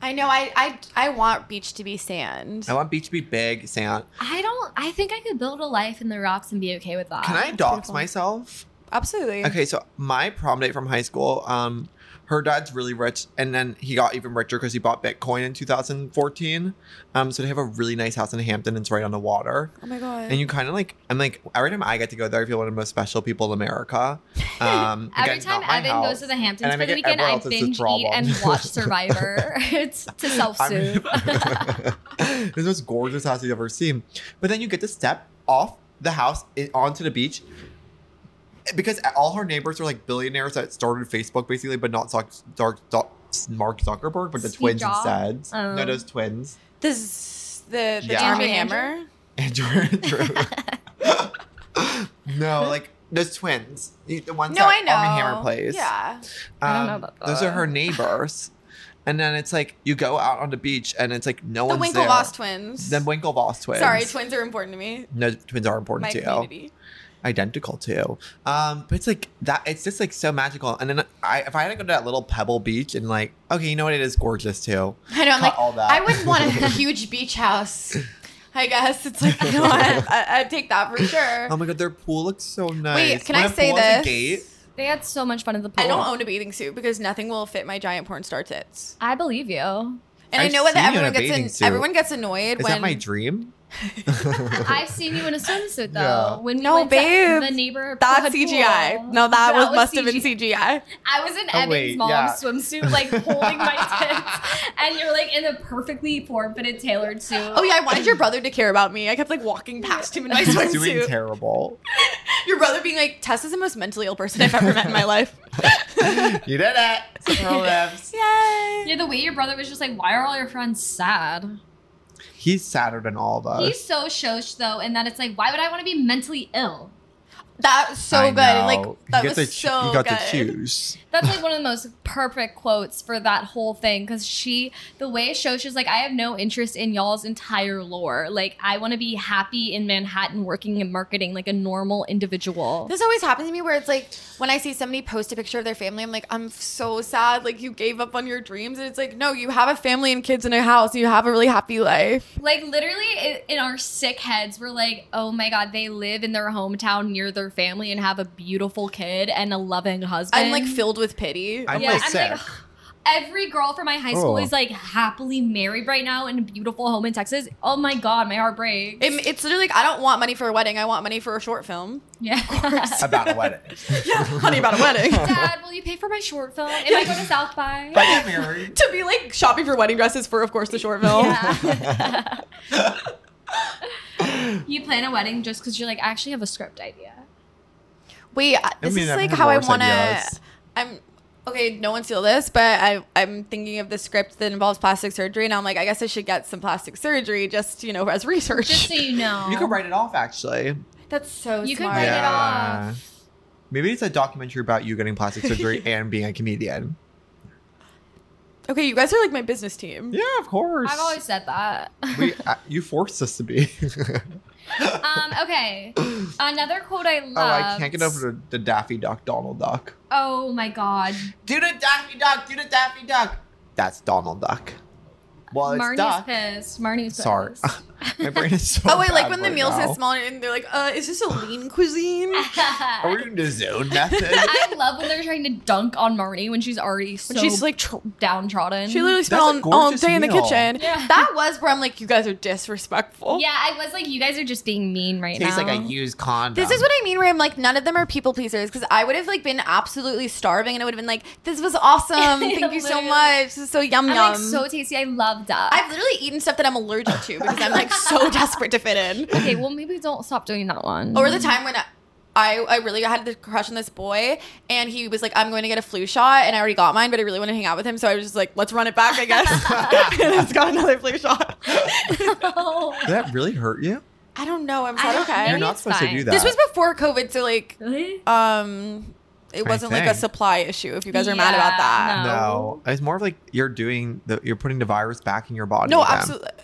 S3: I know. I, I I want beach to be sand.
S2: I want beach to be big, sand.
S1: I don't. I think I could build a life in the rocks and be okay with that.
S2: Can I
S3: that's
S2: dox
S3: beautiful.
S2: myself?
S3: Absolutely.
S2: Okay, so my prom date from high school, um, her dad's really rich, and then he got even richer because he bought Bitcoin in 2014. Um, so they have a really nice house in Hampton. It's right on the water,
S3: Oh my god.
S2: and you kind of like, I'm like, every time I get to go there, I feel one of the most special people in
S1: (laughs)
S2: America. Um,
S1: Every
S2: again, it's
S1: time
S2: not my
S1: Evan
S2: house.
S1: goes to the Hamptons
S2: and I
S1: for
S2: make
S1: the
S2: it
S1: weekend,
S2: everyone
S1: I
S2: else's
S1: binge eat
S2: problem.
S1: and
S2: (laughs)
S1: watch Survivor. (laughs) it's to (laughs) self
S2: I'm-
S1: soothe.
S2: it's the most gorgeous house you've ever seen. But then you get to step off the house i- onto the beach because all her neighbors are like billionaires that started Facebook basically, but not Zuck, Dark, Zuck, Mark Zuckerberg, but the
S1: Steve
S2: twins
S1: Jobs?
S2: instead.
S1: Oh.
S2: No, those twins. (laughs)
S3: this the the
S2: Yeah.
S3: Army
S1: Andrew,
S3: Hammer.
S2: Andrew.
S1: (laughs)
S2: Andrew. no, like those twins. The the ones
S3: No,
S2: that
S3: I know.
S2: Army Hammer plays. Um,
S3: Yeah.
S1: I don't know about
S2: Those
S1: that.
S2: are her neighbors. And then it's like you go out on the beach and it's like no
S3: The
S2: one's there.
S3: Winklevoss twins.
S2: Then Winklevoss twins.
S3: Sorry, twins are important to me.
S2: No, twins are important to
S3: My
S2: you.
S3: community.
S2: identical to. Um, but it's like that. It's just like so magical. And then I, if I had to go to that little pebble beach and like, okay, you know what? It is gorgeous too.
S3: I know. I'm
S2: Cut
S3: like,
S2: all that.
S3: I would want a
S2: (laughs)
S3: huge beach house. I guess it's like I don't want. I, I'd take that for
S2: (laughs)
S3: sure.
S2: Oh my god, their pool looks so nice.
S3: can
S2: When
S3: I
S2: a
S3: say
S2: pool has a
S3: this?
S2: gate-
S1: They had so much fun at the pool.
S3: I don't own a bathing suit because nothing will fit my giant porn star tits.
S1: I believe you.
S3: And i
S2: I've
S3: know that
S2: seen you in a
S3: everyone gets
S2: bathing
S3: an,
S2: suit.
S3: everyone gets annoyed
S2: Is
S3: when
S2: that my
S3: (laughs)
S2: dream? (laughs)
S1: I've seen you in a swimsuit though.
S2: Yeah.
S1: When we
S3: No,
S1: went to
S3: babe.
S1: the neighbor.
S3: that's CGI. No, that, was, must have been
S1: CGI.
S3: CGI.
S1: I was in
S2: Oh,
S1: Evan's
S2: wait,
S1: mom's
S2: yeah.
S1: swimsuit, like holding
S2: (laughs)
S1: my tits, and you're like in a perfectly form fitted tailored suit.
S3: Oh yeah, I wanted your brother to care about me. I kept like walking past him in
S2: (laughs)
S3: my
S2: Doing
S3: swimsuit.
S2: terrible. (laughs)
S3: Your brother being like, Tess is the most mentally ill person I've ever met in
S2: (laughs)
S3: my life. (laughs)
S2: you did it. Pro lips.
S3: Yay!
S1: Yeah, the way your brother was just like, why are all your friends sad?
S2: He's sadder than all of us.
S1: He's so shosh though, in that it's like, why would I want to be mentally ill?
S3: That was so
S2: I
S3: good. Like
S2: know.
S3: that
S2: He
S3: was
S2: gets to choo-
S3: so
S2: He got
S3: good.
S2: to choose.
S1: That's like one of the most perfect quotes for that whole thing because she, the way Shosh is like, I have no interest in y'all's entire lore. Like, I want to be happy in Manhattan working in marketing like a normal individual.
S3: This always happens to me where it's like when I see somebody post a picture of their family, I'm like, I'm so sad. Like you gave up on your dreams, and it's like, no, you have a family and kids in a house. You have a really happy life.
S1: Like, literally, i- in our sick heads, we're like, oh my God, they live in their hometown near their family and have a beautiful kid and a loving husband.
S3: I'm like filled with pity.
S2: I'm
S1: Yeah,
S2: like
S1: I'm
S2: sick.
S1: like, Every girl from my high school
S2: Oh.
S1: is like happily married right now in a beautiful home in Texas. Oh my God, my heart breaks.
S3: It- it's literally like I don't want money for a wedding. I want money for a short film.
S1: yeah.
S2: about a wedding.
S3: (laughs) Yeah, honey, about a (laughs)
S1: (laughs)
S3: wedding.
S1: Dad, will you pay for my short film if I go to South by?
S2: If I get
S3: (laughs)
S2: married.
S3: to be like shopping for wedding dresses for, of course, the short film.
S1: Yeah. (laughs) you plan a wedding just because you're like, I actually have a script idea.
S3: Wait, I- this
S2: mean,
S3: is
S2: I've
S3: like
S2: had
S3: how I
S2: worse
S3: want to.
S2: ideas.
S3: I'm okay. No one steal this, but I I'm thinking of the script that involves plastic surgery, and I'm like, I guess I should get some plastic surgery just you know as (laughs) research.
S1: Just so you know.
S2: You could write it off, actually.
S3: That's so
S1: You could
S3: smart.
S1: write it Yeah.
S2: Maybe it's a documentary about you getting plastic (laughs) surgery and being a comedian.
S3: Okay, you guys are like my business team.
S2: Yeah, of course.
S1: I've always said that.
S2: (laughs) We, uh, you forced us to be. (laughs)
S1: um, okay. Another quote I love.
S2: oh, I can't get over the, the Daffy Duck, Donald Duck.
S1: Oh my God.
S2: Do the Daffy Duck, do the Daffy Duck. That's Donald Duck. Well, it's
S1: Marnie's
S2: Duck.
S1: pissed. Marnie's pissed. (laughs)
S2: Sorry. (laughs) My brain (laughs) is so
S3: Oh wait, like
S2: bad
S3: when the
S2: right
S3: meal
S2: now.
S3: says smaller, and they're like, uh, is this a
S1: (laughs)
S3: lean cuisine?
S2: Are we doing the zone method?
S1: I love when they're trying to dunk on Marnie when she's already so
S3: When she's like, tr-
S1: downtrodden.
S3: she literally spent
S2: a
S3: all, all
S2: gorgeous
S3: day in the
S2: meal.
S3: kitchen.
S1: Yeah.
S3: That was where I'm like, you guys are disrespectful.
S1: yeah, I was like, you guys are just being mean right
S2: (laughs) Tastes
S1: now.
S2: like a used condom.
S3: This is what I mean where I'm like, none of them are people pleasers because I would have like been absolutely starving and I would have been like, this was
S1: (laughs)
S3: awesome. Thank you so
S1: Literally.
S3: much. This is so yum
S1: I'm
S3: yum.
S1: like so tasty. I love that.
S3: I've literally eaten stuff that I'm allergic to because I'm like so (laughs) desperate to fit in.
S1: okay, well maybe don't stop doing that one. (laughs)
S3: Or the time when I, I, I really had the crush on this boy and he was like, I'm going to get a flu shot and I already got mine, but I really want to hang out with him. So I was just like, let's run it back, I guess. (laughs) and I just got another flu shot.
S1: Oh.
S2: Did that really hurt you?
S3: I don't know. I'm
S1: I
S3: sad.
S1: don't
S3: Okay.
S1: know.
S2: You're not
S1: it's
S2: supposed
S1: fine.
S2: to do that.
S3: This was before COVID. So like,
S1: Really?
S3: um, it
S2: I
S3: wasn't like a
S2: think.
S3: supply issue if you guys are mad
S1: Yeah,
S3: about that.
S1: no.
S2: no.
S3: Oh.
S2: It's more of like you're doing the you're putting the virus back in your body.
S3: No,
S2: then.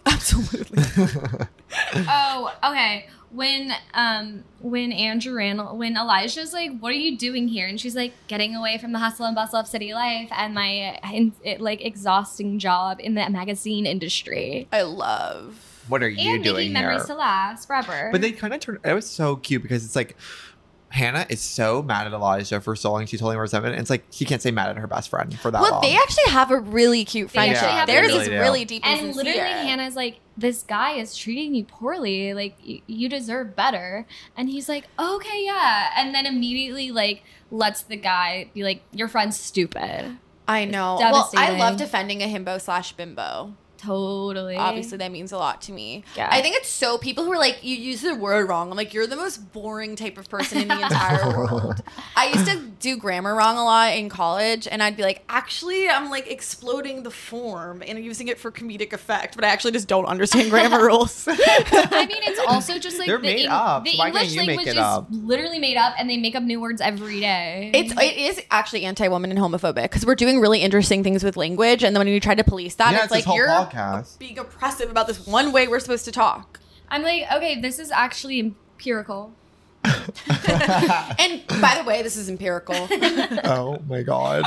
S3: absolutely, (laughs) absolutely.
S2: (laughs)
S1: Oh, okay. When um when Andrew ran when Elijah's like, what are you doing here? And she's like, getting away from the hustle and bustle of city life and my in, it, like exhausting job in the magazine industry.
S3: I love.
S2: What are you
S1: and
S2: doing
S1: making
S2: here?
S1: memories to last forever.
S2: But they kind of turned. It was so cute because it's like Hannah is so mad at Elijah for so long. She's holding her resentment. And it's like she can't say mad at her best friend for that
S3: Well,
S2: long. (laughs)
S3: they actually have a really cute
S1: They actually
S3: friendship.
S1: have a
S3: Theirs
S1: really
S3: is
S2: do.
S3: really deep and,
S1: and
S3: sincere.
S1: literally Hannah's like, this guy is treating you poorly. Like y- you deserve better. And he's like, okay, yeah. And then immediately like lets the guy be like, your friend's stupid.
S3: I know.
S1: It's
S3: Well, I
S1: devastating.
S3: love defending a himbo slash bimbo.
S1: Totally.
S3: Obviously, that means a lot to me.
S1: Yeah.
S3: I think it's so people who are like, you use the word wrong. I'm like, you're the most boring type of person in the
S2: (laughs)
S3: entire world. I used to do grammar wrong a lot in college, and I'd be like, actually, I'm like exploding the form and using it for comedic effect, but I actually just don't
S1: (laughs)
S3: understand grammar rules.
S1: I mean, it's also just like
S2: They're
S1: the,
S2: made
S1: Eng-
S2: up.
S1: the
S2: Why can't
S1: English
S2: you make
S1: language
S2: it
S1: is
S2: up?
S1: literally made up, and they make up new words every day.
S3: It's it is actually anti-woman and homophobic because we're doing really interesting things with language, and then when you try to police that,
S2: yeah,
S3: it's,
S2: it's this
S3: like
S2: whole
S3: you're
S2: podcast.
S3: (laughs)
S2: (laughs)
S3: being oppressive about this one way we're supposed to talk.
S1: I'm like, okay, this is actually empirical.
S3: And by the way, this is (laughs) empirical.
S2: oh my god.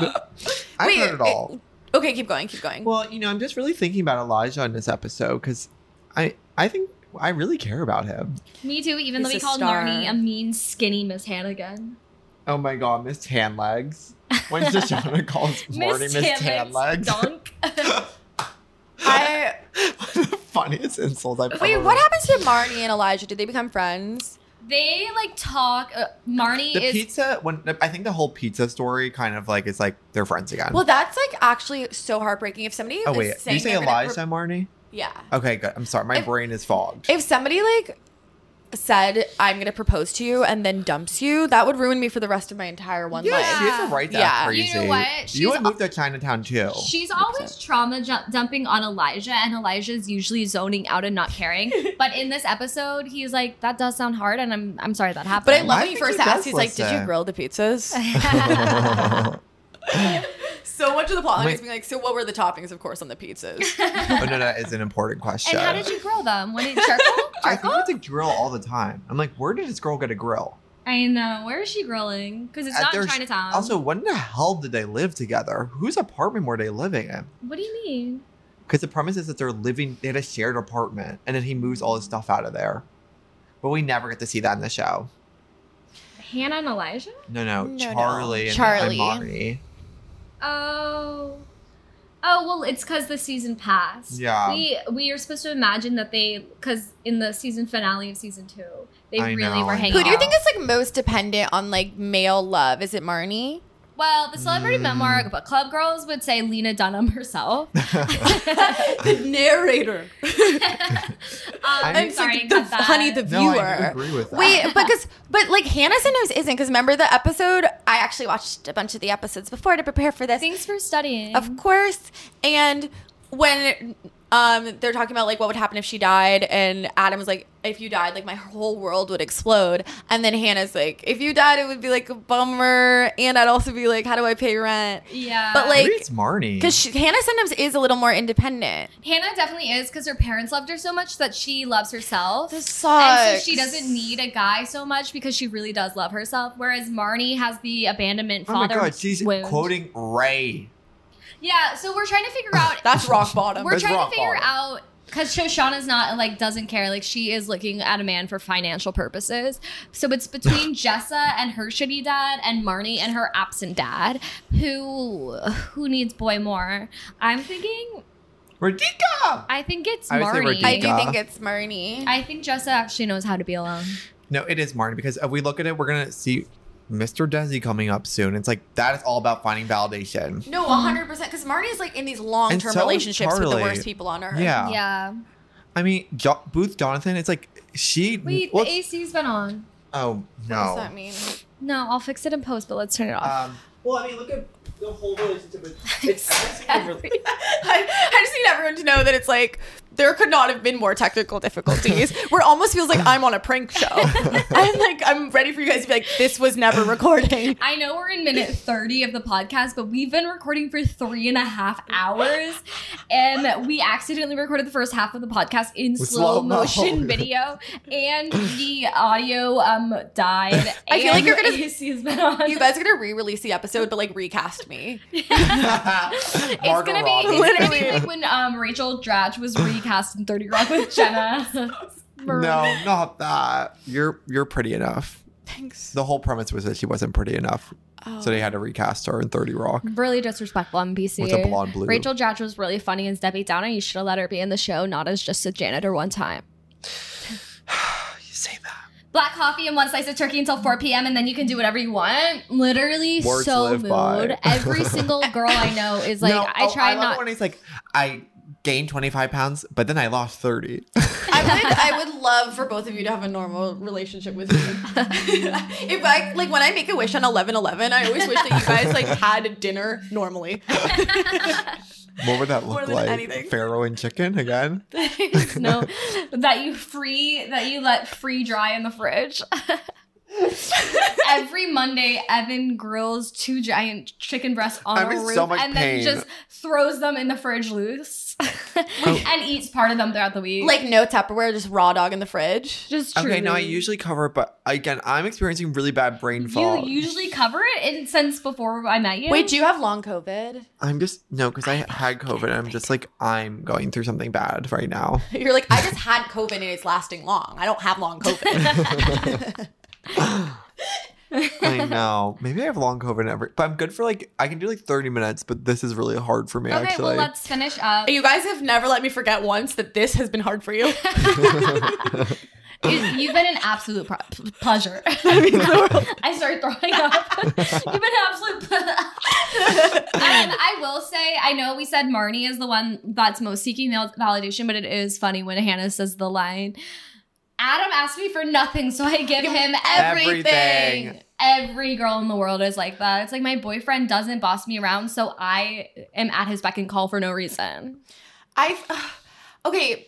S2: I've
S3: Wait,
S2: heard it all.
S3: okay, keep going, keep going.
S2: well, you know, I'm just really thinking about Elijah in this episode because I I think I really care about him.
S1: Me too, even
S3: He's
S1: though
S3: a
S1: he called
S3: star.
S1: Marnie a mean, skinny Miss Hannigan.
S2: Oh my god, Miss Tan Legs. When's Deshana calls Marty Miss Tan Legs? (laughs)
S1: Dunk.
S3: I
S2: One of the funniest insults I've
S3: wait.
S2: ever
S3: What
S2: heard.
S3: happens to Marnie and Elijah? Did they become friends?
S1: they like talk. Uh, Marnie
S2: The
S1: is.
S2: pizza when I think the whole pizza story kind of like is like they're friends again.
S3: Well, that's like actually so heartbreaking. If somebody
S2: oh
S3: was
S2: wait, did
S3: saying
S2: you say
S3: they're gonna-
S2: Elijah, Marnie?
S3: yeah.
S2: Okay, good. I'm sorry, my
S3: If-
S2: brain is fogged.
S3: If somebody like said I'm gonna propose to you and then dumps you, that would ruin me for the rest of my entire one
S2: yeah,
S3: life.
S2: she has a right to
S3: Yeah.
S2: act
S1: You know
S2: crazy.
S1: what? She's
S2: You would move to Chinatown too.
S1: (laughs)
S2: (laughs)
S1: She's always trauma ju- dumping on Elijah, and Elijah's usually zoning out and not
S3: (laughs)
S1: caring. but in this episode, he's like, "That does sound hard," and I'm I'm sorry that happened.
S3: But
S1: (laughs)
S3: I love
S2: I
S3: when you
S2: think
S3: first
S2: he
S3: asked.
S2: does
S3: He's like, "Did you
S2: listen.
S3: grill
S2: (laughs)
S3: the pizzas?" (laughs)
S2: oh
S3: so much of the plot
S2: Wait.
S3: is being like, "So what were the toppings, of course, on the pizzas?"
S2: (laughs) Oh, no, no, that is an important question.
S1: and how did you grow them? When it charcoal?
S2: I think
S1: Charcoal?
S2: it's a grill all the time. I'm like, where did this girl get a grill?
S1: I know. Where is she grilling? Because it's
S2: At
S1: not in
S2: their-
S1: Chinatown.
S2: Also, when the hell did they live together? Whose apartment were they living in?
S1: what do you mean?
S2: Because the premise is that they're living, they had a shared apartment, and then he moves all his stuff out of there. But we never get to see that in the show.
S1: Hannah and Elijah?
S2: No, no,
S3: No, no.
S2: Charlie and Charlie. (laughs)
S3: Charlie.
S2: Marty.
S1: Oh. Oh well, it's because the season passed.
S2: Yeah.
S1: we we are supposed to imagine that they because in the season finale of season two, they
S2: I
S1: really
S2: know,
S1: were
S2: I
S1: hanging.
S3: Who do you
S1: out.
S3: think is like most dependent on like male love? Is it Marnie?
S1: Well, the celebrity
S2: Mm.
S1: memoir but club girls would say Lena Dunham
S2: (laughs)
S1: herself.
S3: (laughs)
S1: (laughs) Um,
S3: the narrator.
S1: I'm,
S2: I'm
S1: sorry,
S3: like,
S1: I
S3: the-
S1: got that.
S3: honey, the
S2: No,
S3: viewer.
S2: I agree with that.
S3: Wait, because but like Hannah sometimes isn't because remember the episode I actually watched a bunch of the episodes before to prepare for this.
S1: thanks for studying.
S3: Of course. And when um they're talking about like what would happen if she died and Adam was like if you died like my whole world would explode and then Hannah's like if you died it would be like a bummer and I'd also be like how do I pay rent?
S1: Yeah,
S3: But, like-
S2: Maybe it's Marnie.
S3: Cuz Hannah sometimes is a little more independent.
S1: Hannah definitely is because her parents loved her so much that she loves herself.
S3: This sucks.
S1: And so she doesn't need a guy so much because she really does love herself. Whereas Marnie has the abandonment
S2: oh my
S1: father.
S2: god, she's
S1: wound.
S2: quoting Ray.
S1: Yeah, so we're trying to figure out.
S3: That's rock bottom.
S1: we're
S2: That's
S1: trying to
S2: rock
S1: figure
S2: bottom.
S1: out because Shoshana's not like doesn't care. Like she is looking at a man for financial purposes. So it's between Jessa and her shitty dad and Marnie and her absent dad. Who who needs boy more? I'm thinking.
S2: Radika!
S1: I think it's
S2: I would say
S1: Marnie.
S3: I
S1: I,
S2: Radhika.
S3: do think it's Marnie.
S1: think Jessa actually knows how to be alone.
S2: No, it is Marnie because if we look at it, we're gonna see Mr. Desi coming up soon. It's like that is all about finding validation.
S3: No, hundred percent. Because Marty's like in these long
S2: Hmm. And so
S3: term
S2: is
S3: relationships with the
S2: Charlie.
S3: worst people on earth.
S2: Yeah. Mm-hmm.
S1: Yeah.
S2: I mean, jo- Booth Jonathan. It's like she.
S1: Wait,
S2: well,
S1: the AC's been on.
S2: oh
S3: What does
S2: no.
S3: that mean? (laughs)
S1: No, I'll fix it in post, but let's turn it off.
S2: Um, well, I mean, look at the whole relationship with.
S4: (laughs)
S1: (laughs)
S3: Um, I, I just need everyone to know that it's like there could not have been more
S2: (laughs)
S3: technical difficulties. Where it almost feels like I'm on a prank show. I'm like I'm ready for you guys to be like, this was
S2: (laughs)
S3: never recording.
S1: I know we're in
S3: (laughs)
S1: minute 30 of the podcast, but we've been recording for three and a half hours. And we accidentally recorded the first half of the podcast in
S2: With
S1: slow,
S2: slow mo.
S3: (laughs)
S1: motion video. And the audio um died.
S3: (laughs) I feel like
S1: and
S3: you're gonna-
S1: AC has been on.
S3: You guys are gonna re-release the episode, but like recast me.
S2: (laughs)
S1: it's gonna be it's gonna be
S3: Literally.
S1: like when um Rachel Dratch was recast in 30 Rock with
S3: (laughs)
S1: Jenna.
S2: No, not that. You're you're pretty enough.
S3: Thanks.
S2: The whole premise was that she wasn't pretty enough,
S3: Oh.
S2: so they had to recast her in Thirty Rock.
S1: Really disrespectful on PC.
S2: With a blonde blue.
S1: Rachel Dratch was really funny as Debbie Downer. You should have let her be in the show, not as just a janitor one time.
S2: You say that.
S1: black coffee and one slice of turkey until 4 p.m. and then you can do whatever you want. Literally
S2: Words to
S1: so
S2: live
S1: mood.
S2: by. (laughs)
S1: Every single girl I know is like,
S2: no,
S1: I
S2: oh,
S1: try
S2: love
S1: not.
S2: when he's like, I gained twenty five pounds, but then I
S1: (laughs)
S2: lost thirty.
S3: I would I (laughs) would love for both of you to have a normal relationship with me. (laughs) if I like when I make a wish on eleven eleven, I always wish that you
S2: (laughs)
S3: guys like had dinner normally.
S2: what would that
S3: More
S2: look
S3: than
S2: like?
S3: anything.
S2: Pharaoh and chicken again?
S1: (laughs) no, that you free that you let free dry in the fridge. (laughs) Every Monday, Evan grills two giant chicken breasts on
S2: I'm
S1: a
S2: in
S1: roof
S2: so much
S1: and then
S2: pain.
S1: just throws them in the fridge loose (laughs)
S2: Oh.
S1: and eats part of them throughout the week.
S3: like no Tupperware, just raw dog in the fridge.
S1: just
S2: Okay, no, I
S1: truly.
S2: usually cover it, but again, I'm experiencing really bad brain fog.
S1: You usually cover it and since before I met you.
S3: Wait, do you have long COVID? (laughs)
S2: I'm just no, because I had COVID. and I'm just like I'm going through something bad right now.
S3: You're like, I just had COVID and it's lasting long. I don't have long COVID. (laughs)
S2: I know. Maybe I have long COVID. and Every, but I'm good for like I can do like 30 minutes. But this is really hard for me
S1: okay,
S2: actually.
S1: well let's finish up.
S3: (laughs) you guys have never let me forget once that this has been hard for (laughs) you.
S1: It- You've been an absolute pro- p- pleasure. (laughs) I started throwing up. (laughs) You've been an absolute. Ple- um, I will say, I know we said Marnie is the one that's most seeking val- validation, but it is funny when Hannah says the line. Adam asked me for nothing, so I give (laughs) him everything.
S2: Everything.
S1: Every girl in the world is like that. It's like my boyfriend doesn't boss me around, so I am at his beck and call for no reason.
S3: I (sighs) okay.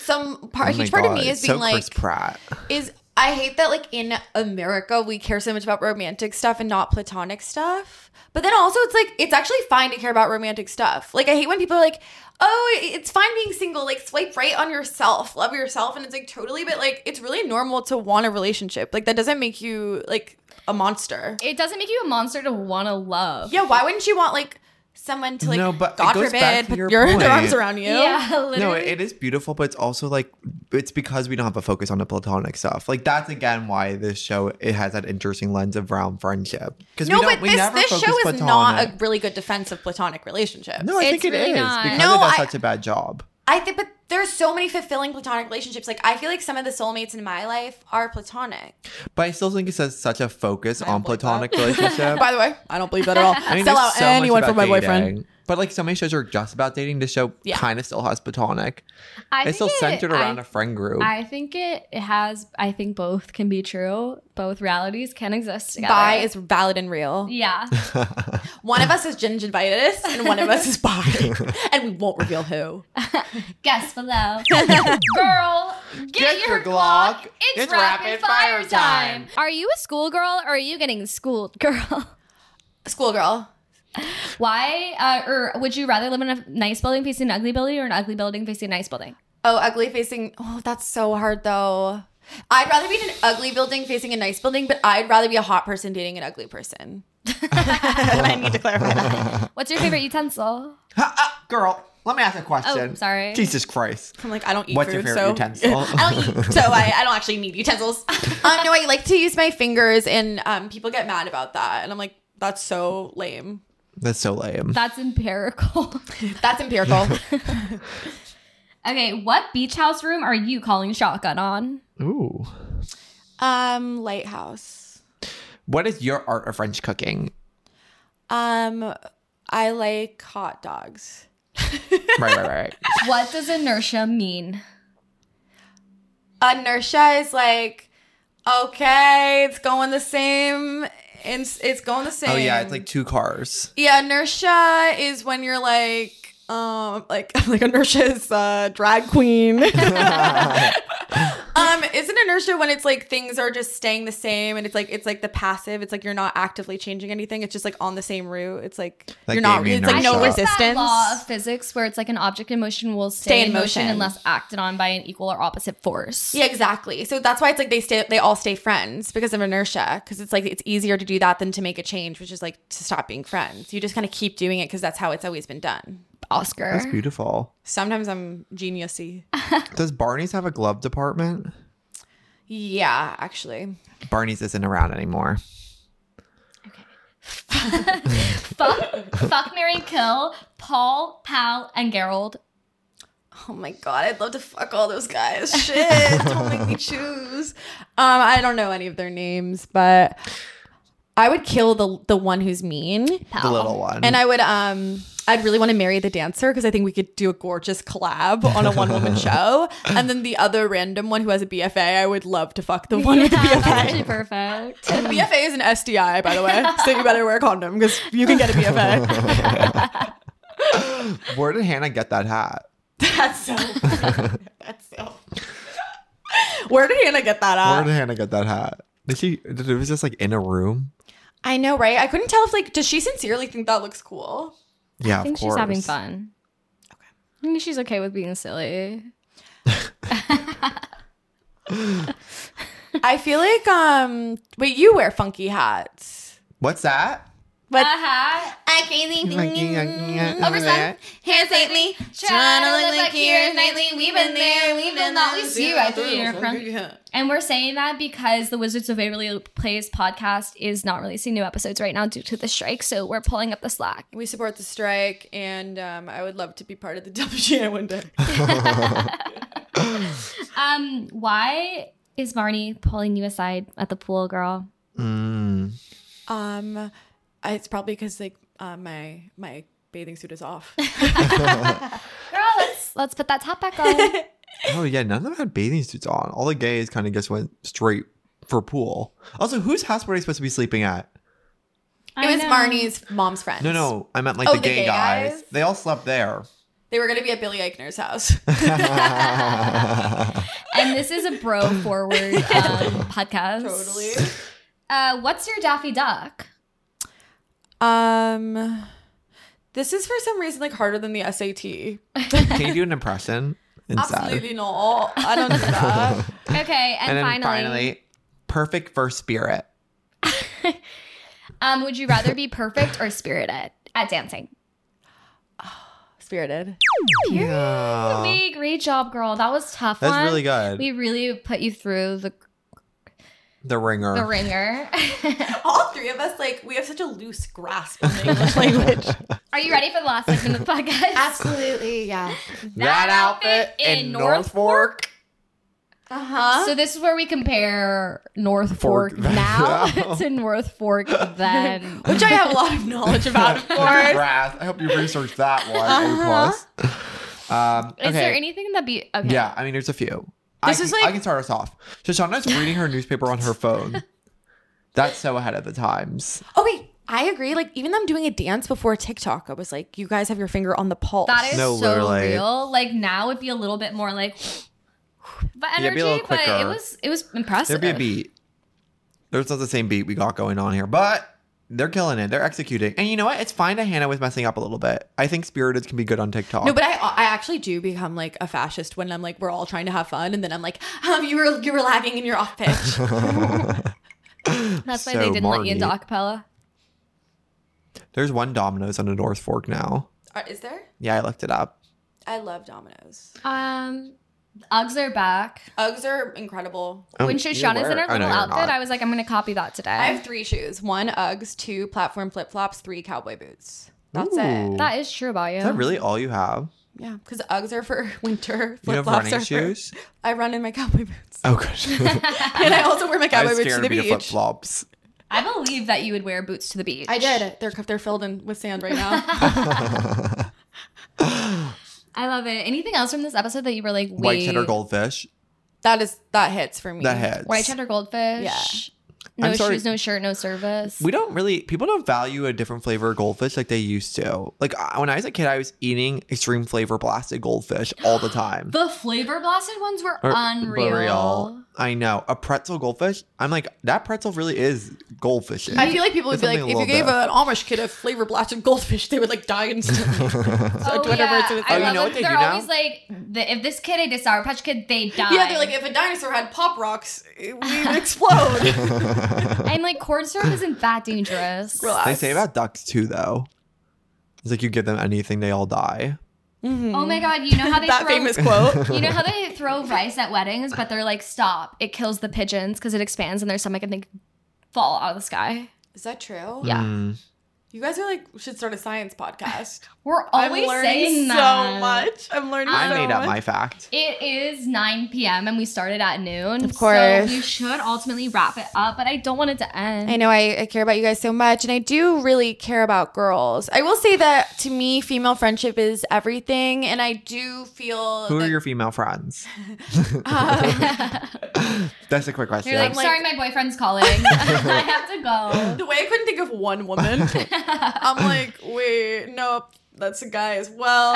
S3: Some
S2: Oh
S3: part,
S2: my
S3: huge part of
S2: God,
S3: me is
S2: it's
S3: being
S2: so
S3: like,
S2: Chris Pratt.
S3: is I hate that like in America we care so much about romantic stuff and not platonic stuff. But then also it's like it's actually fine to care about romantic stuff. Like I hate when people are like, "Oh, i- it's fine being single. Like swipe right on yourself. Love yourself." And it's like totally but like it's really normal to want a relationship. Like that doesn't make you like a monster.
S1: It doesn't make you a monster to want to love.
S3: Yeah, why wouldn't you want like someone to like
S2: No, but it
S3: god
S2: goes back
S3: forbid
S2: to
S3: put
S2: your
S3: your, (laughs)
S2: point.
S3: their arms around you?
S1: Yeah, literally.
S2: No, it is beautiful, but it's also like it's because we don't have a focus on the platonic stuff. Like that's again why this show it has that interesting lens of round friendship. Because
S3: No,
S2: we don't,
S3: but
S2: we
S3: this
S2: never
S3: this show
S2: focus
S3: is
S2: platonic.
S3: not a really good defense of platonic relationships.
S2: No, I think
S1: It's
S2: it is
S1: really not.
S2: because
S3: No,
S2: it does
S3: I-
S2: such a bad job.
S3: I think, but there's so many fulfilling platonic relationships. Like I feel like some of the soulmates in my life are platonic.
S2: But I still think it has such a focus on
S4: believe
S2: platonic
S3: (laughs)
S2: relationship.
S3: By the way, I don't believe that
S1: (laughs)
S3: at all.
S2: I mean,
S3: Sell
S2: there's
S3: out
S2: so much
S3: anyone for my
S2: about
S3: boyfriend.
S2: dating. But like so many shows are just about dating. This show
S3: Yeah.
S2: kind of still has platonic.
S1: I
S2: It's still
S1: think it-
S2: centered around
S1: I-
S2: a friend group.
S1: I think it it has. I think both can be true. Both realities can exist together.
S3: Bi is valid and real.
S1: (laughs) yeah.
S3: One of us is gingivitis and one of us is (laughs) bi, and we won't reveal who.
S1: Guess below, (laughs) girl. Get, your, Glock. It's, rapid, fire time. Are you a schoolgirl or are you getting schooled, (laughs) girl?
S3: Schoolgirl.
S1: Why? Uh, or would you rather live in a nice building facing an ugly building, or an ugly building facing a nice building?
S3: Oh, ugly facing. Oh, that's so hard though. I'd rather be in an ugly building facing a nice building, but I'd rather be a hot person dating an ugly person.
S4: (laughs) I need to clarify that.
S1: What's your favorite utensil?
S2: Ha, uh, girl, let me ask a question.
S1: Oh, sorry.
S2: Jesus Christ.
S3: I'm like, I don't eat
S2: What's your
S3: food,
S2: favorite
S3: so
S2: utensil?
S3: (laughs) I don't eat, so I, I don't actually need utensils. (laughs) um, no, I like to use my fingers, and um, people get mad about that, and I'm like, that's so lame.
S2: That's so lame.
S1: That's empirical. (laughs)
S3: That's empirical.
S1: okay, what beach house room are you calling shotgun on?
S2: Ooh.
S3: (laughs) um, lighthouse.
S2: What is your art of French cooking?
S3: Um, I like hot dogs.
S2: Right, right,
S3: (laughs)
S2: right.
S1: What does inertia mean?
S3: Inertia is like, okay, it's going the same. It's it's going the same.
S2: oh yeah, it's like two cars. (laughs)
S3: Yeah, inertia is when you're like, um, like (laughs) like inertia is uh, drag queen. (laughs) um, isn't inertia when it's like things are just staying the same and it's like it's like the passive. It's like you're not actively changing anything. It's just like on the same route. It's like
S2: That
S3: you're not.
S2: gave me
S3: It's like no
S2: inertia.
S1: What's That
S3: resistance.
S1: law of physics, where it's like an object in motion will stay, in, motion, unless acted on by an equal or opposite force.
S3: Yeah, exactly. So that's why it's like they stay. They all stay friends because of inertia. Because it's like it's easier to do that than to make a change, which is like to stop being friends. You just kind of keep doing it because that's how it's always been done.
S2: That's
S1: Oscar.
S2: beautiful.
S3: Sometimes I'm
S1: (laughs)
S3: geniusy.
S2: Does Barney's have a glove department?
S3: Yeah, actually.
S2: Barney's isn't around anymore.
S1: fuck, fuck, Mary, kill Paul, Pal, and Gerald.
S3: Oh my god, I'd love to fuck all those guys. Shit, don't make me choose. Um, I don't know any of their names, but I would kill the the one who's mean,
S1: Pal.
S2: The little one.
S3: and I would um. I'd really want to marry the dancer because I think we could do a gorgeous collab on a one woman show. And then the other random one who has a BFA, I would love to fuck the one with the
S1: Yeah, that's
S3: BFA.
S1: actually perfect.
S3: BFA is an SDI, by the way. So you better wear a condom because you can get a BFA.
S2: Where did Hannah get that hat?
S3: That's so. That's so. Where did Hannah get that at?
S2: Where did Hannah get that hat? Did she? It was just like in a room.
S3: I know, right? I couldn't tell if like does she sincerely think that looks cool?
S2: Yeah,
S1: I think
S2: of course.
S1: she's having fun. Okay. I think she's okay with being silly.
S3: I feel like um wait, you wear funky hats.
S2: What's that?
S3: But
S1: hat.
S3: I crazy
S2: Overstand.
S3: hands lately,
S1: And we're saying that because the Wizards of Waverly Place podcast is not releasing new episodes right now due to the strike, so we're pulling up the slack.
S3: We support the strike, and um, I would love to be part of the (laughs) WGA
S2: (laughs)
S3: one day.
S1: Um, why is Marnie pulling you aside at the pool, girl?
S2: Mm.
S3: um, I- it's probably because like uh, my my bathing suit
S2: (laughs)
S3: is off.
S1: Girl, let's (laughs) let's put that top back on.
S2: Oh yeah, none of them had bathing suits on. All the gays kind of just went straight for pool. Also, whose house were they supposed to be sleeping at?
S3: it was Marnie's mom's friends.
S2: No, no, I meant like
S3: Oh,
S2: the, gay, guys.
S3: guys?
S2: They all slept (laughs) there.
S3: they were gonna be at Billy
S2: (laughs)
S3: Eichner's house. (laughs)
S1: And this is a (laughs) bro forward um, podcast.
S3: totally.
S1: Uh, what's your Daffy Duck?
S3: Um, this is for some reason like harder than the SAT.
S2: Can you do an impression inside?
S3: Absolutely not. I don't do that.
S2: (laughs)
S1: Okay, and,
S2: And, then
S1: finally,
S2: finally, perfect for spirit.
S1: um, would you rather be perfect or spirited at dancing?
S3: Spirited.
S2: Yeah.
S1: Hey, great job, girl. That was a tough.
S2: That's
S1: one.
S2: Uh, really good.
S1: We really put you through the
S2: the ringer.
S1: the ringer. (laughs)
S3: All three of us like we have such a loose grasp of the English language.
S1: Are you ready for the last segment
S2: (laughs)
S1: of the podcast?
S3: Absolutely, yeah.
S2: That outfit in North Fork.
S3: Uh huh.
S1: So this is where we compare North Fork,
S2: Fork
S1: now
S2: (laughs)
S1: (laughs)
S2: now.
S1: to North Fork
S2: (laughs)
S1: then.
S3: Which I have a lot of
S1: (laughs)
S3: knowledge about, of course.
S2: Brass. I hope you researched that one. A plus. Um,
S1: Uh-huh. Is there
S2: okay.
S1: anything that be okay?
S2: Yeah, I mean, there's a few. I
S3: This
S2: can,
S3: is like-
S2: I can start us off. Shoshana's reading her newspaper on her phone. That's so ahead of the times.
S3: Oh wait, I agree. Like even them doing a dance before TikTok, I was like, you guys have your finger on the pulse.
S1: That is
S2: No,
S1: so
S2: literally.
S1: real. Like now it'd be a little bit more like (sighs) but
S2: Yeah, it'd
S1: energy,
S2: be a little
S1: but it
S2: quicker.
S1: was it was impressive.
S2: There'd be a beat. There's not the same beat we got going on here, but they're killing it. They're executing. And you know what? It's fine that Hannah was messing up a little bit. I think Spirited can be good on TikTok.
S3: No, but I I actually do become like a fascist when I'm like we're all trying to have fun, and then I'm like, (laughs) um, you were you were lagging in your off
S1: (laughs)
S3: pitch.
S1: That's why they
S2: So
S1: didn't let you into
S2: Marnie-
S1: acapella.
S2: There's one Domino's on the North Fork now.
S3: (laughs) Uh, Is there?
S2: Yeah, I looked it up.
S3: I love Domino's.
S1: Um Uggs are back.
S3: Uggs are incredible.
S2: Oh,
S1: when
S2: you
S1: Shoshana's in
S2: were-
S1: her
S2: oh, no,
S1: little
S2: you're
S1: outfit,
S2: not.
S1: I was like, I'm gonna copy that today.
S3: I have three shoes: one Uggs, two platform flip flops, three cowboy boots. That's
S2: Ooh.
S3: it.
S1: that is true about you.
S2: Is that really all you have?
S3: Yeah, because Uggs are for (laughs) winter.
S2: You
S3: Flip
S2: have
S3: flops
S2: running
S3: are for.
S2: shoes?
S3: I run in my cowboy boots,
S2: (laughs)
S3: (laughs)
S2: Oh, gosh. (laughs)
S3: and I also wear my
S2: I
S3: cowboy
S2: was
S3: boots to
S2: scared
S3: the
S2: of your flip
S3: beach.
S2: flops.
S1: I believe that you would wear boots to the beach.
S3: I did. They're they're filled in with sand right (laughs) now.
S1: I love it. Anything else from this episode that you were like, wait,
S2: White cheddar goldfish.
S3: that is that hits for me.
S2: That hits.
S1: white cheddar goldfish?
S3: Yeah.
S1: No
S2: I'm sorry.
S1: shoes, no shirt, no service.
S2: We don't really people don't value a different flavor of goldfish like they used to. Like I, when I was a kid, I was eating extreme flavor blasted goldfish all the time.
S1: the flavor blasted ones were
S2: Or-
S1: unreal.
S2: but real. I know a pretzel goldfish. I'm like that pretzel really is goldfish.
S3: I feel like people would
S2: There's
S3: be like,
S2: something
S3: if
S2: a
S3: you
S2: little
S3: gave an Amish kid a flavor blasted goldfish, they would like die
S2: (laughs)
S3: instantly. (laughs)
S1: Oh,
S3: Twitter
S1: yeah.
S3: versus-
S1: I
S2: Oh, you
S1: love
S2: know
S1: it.
S2: what they
S1: They're
S2: do now?
S1: always like, the, if this kid ate a Sour Patch Kid, they die.
S3: (laughs) yeah, they're like, if a dinosaur had pop rocks,
S2: (laughs)
S3: we would (laughs) explode.
S1: and like corn syrup isn't that dangerous.
S3: (laughs)
S2: (laughs)
S3: Relax.
S2: they say about ducks too, though. It's like you give them anything, they all die.
S1: Oh my god, you know how they
S3: Mm-hmm. that
S1: throw,
S3: famous quote.
S1: (laughs) You
S2: (laughs)
S1: know how they throw rice at weddings, but they're like, stop! It kills the pigeons because it expands in their stomach and they fall out of the sky.
S3: Is that true?
S1: Yeah.
S2: Mm.
S3: You guys are like should start a science podcast.
S1: We're
S3: I'm
S1: always
S3: learning
S1: saying
S3: so
S1: that.
S3: much. I'm learning.
S2: I
S3: so
S2: made up
S3: much.
S2: my fact.
S1: It is 9 p.m. and we started at noon.
S3: Of course.
S1: So we should ultimately wrap it up, but I don't want it to end.
S3: I know I, I care about you guys so much, and I do really care about girls. I will say that to me, female friendship is everything, and I do feel.
S2: Who
S3: that-
S2: are your
S1: (laughs)
S2: female friends? (laughs) That's a quick question.
S1: Uh, You're like,
S3: I'm like-
S1: sorry, my boyfriend's
S3: (laughs)
S1: calling. (laughs) I have to go.
S3: (laughs) the way I couldn't think of one woman, I'm like, wait, uh, nope,
S4: that's a guy as well.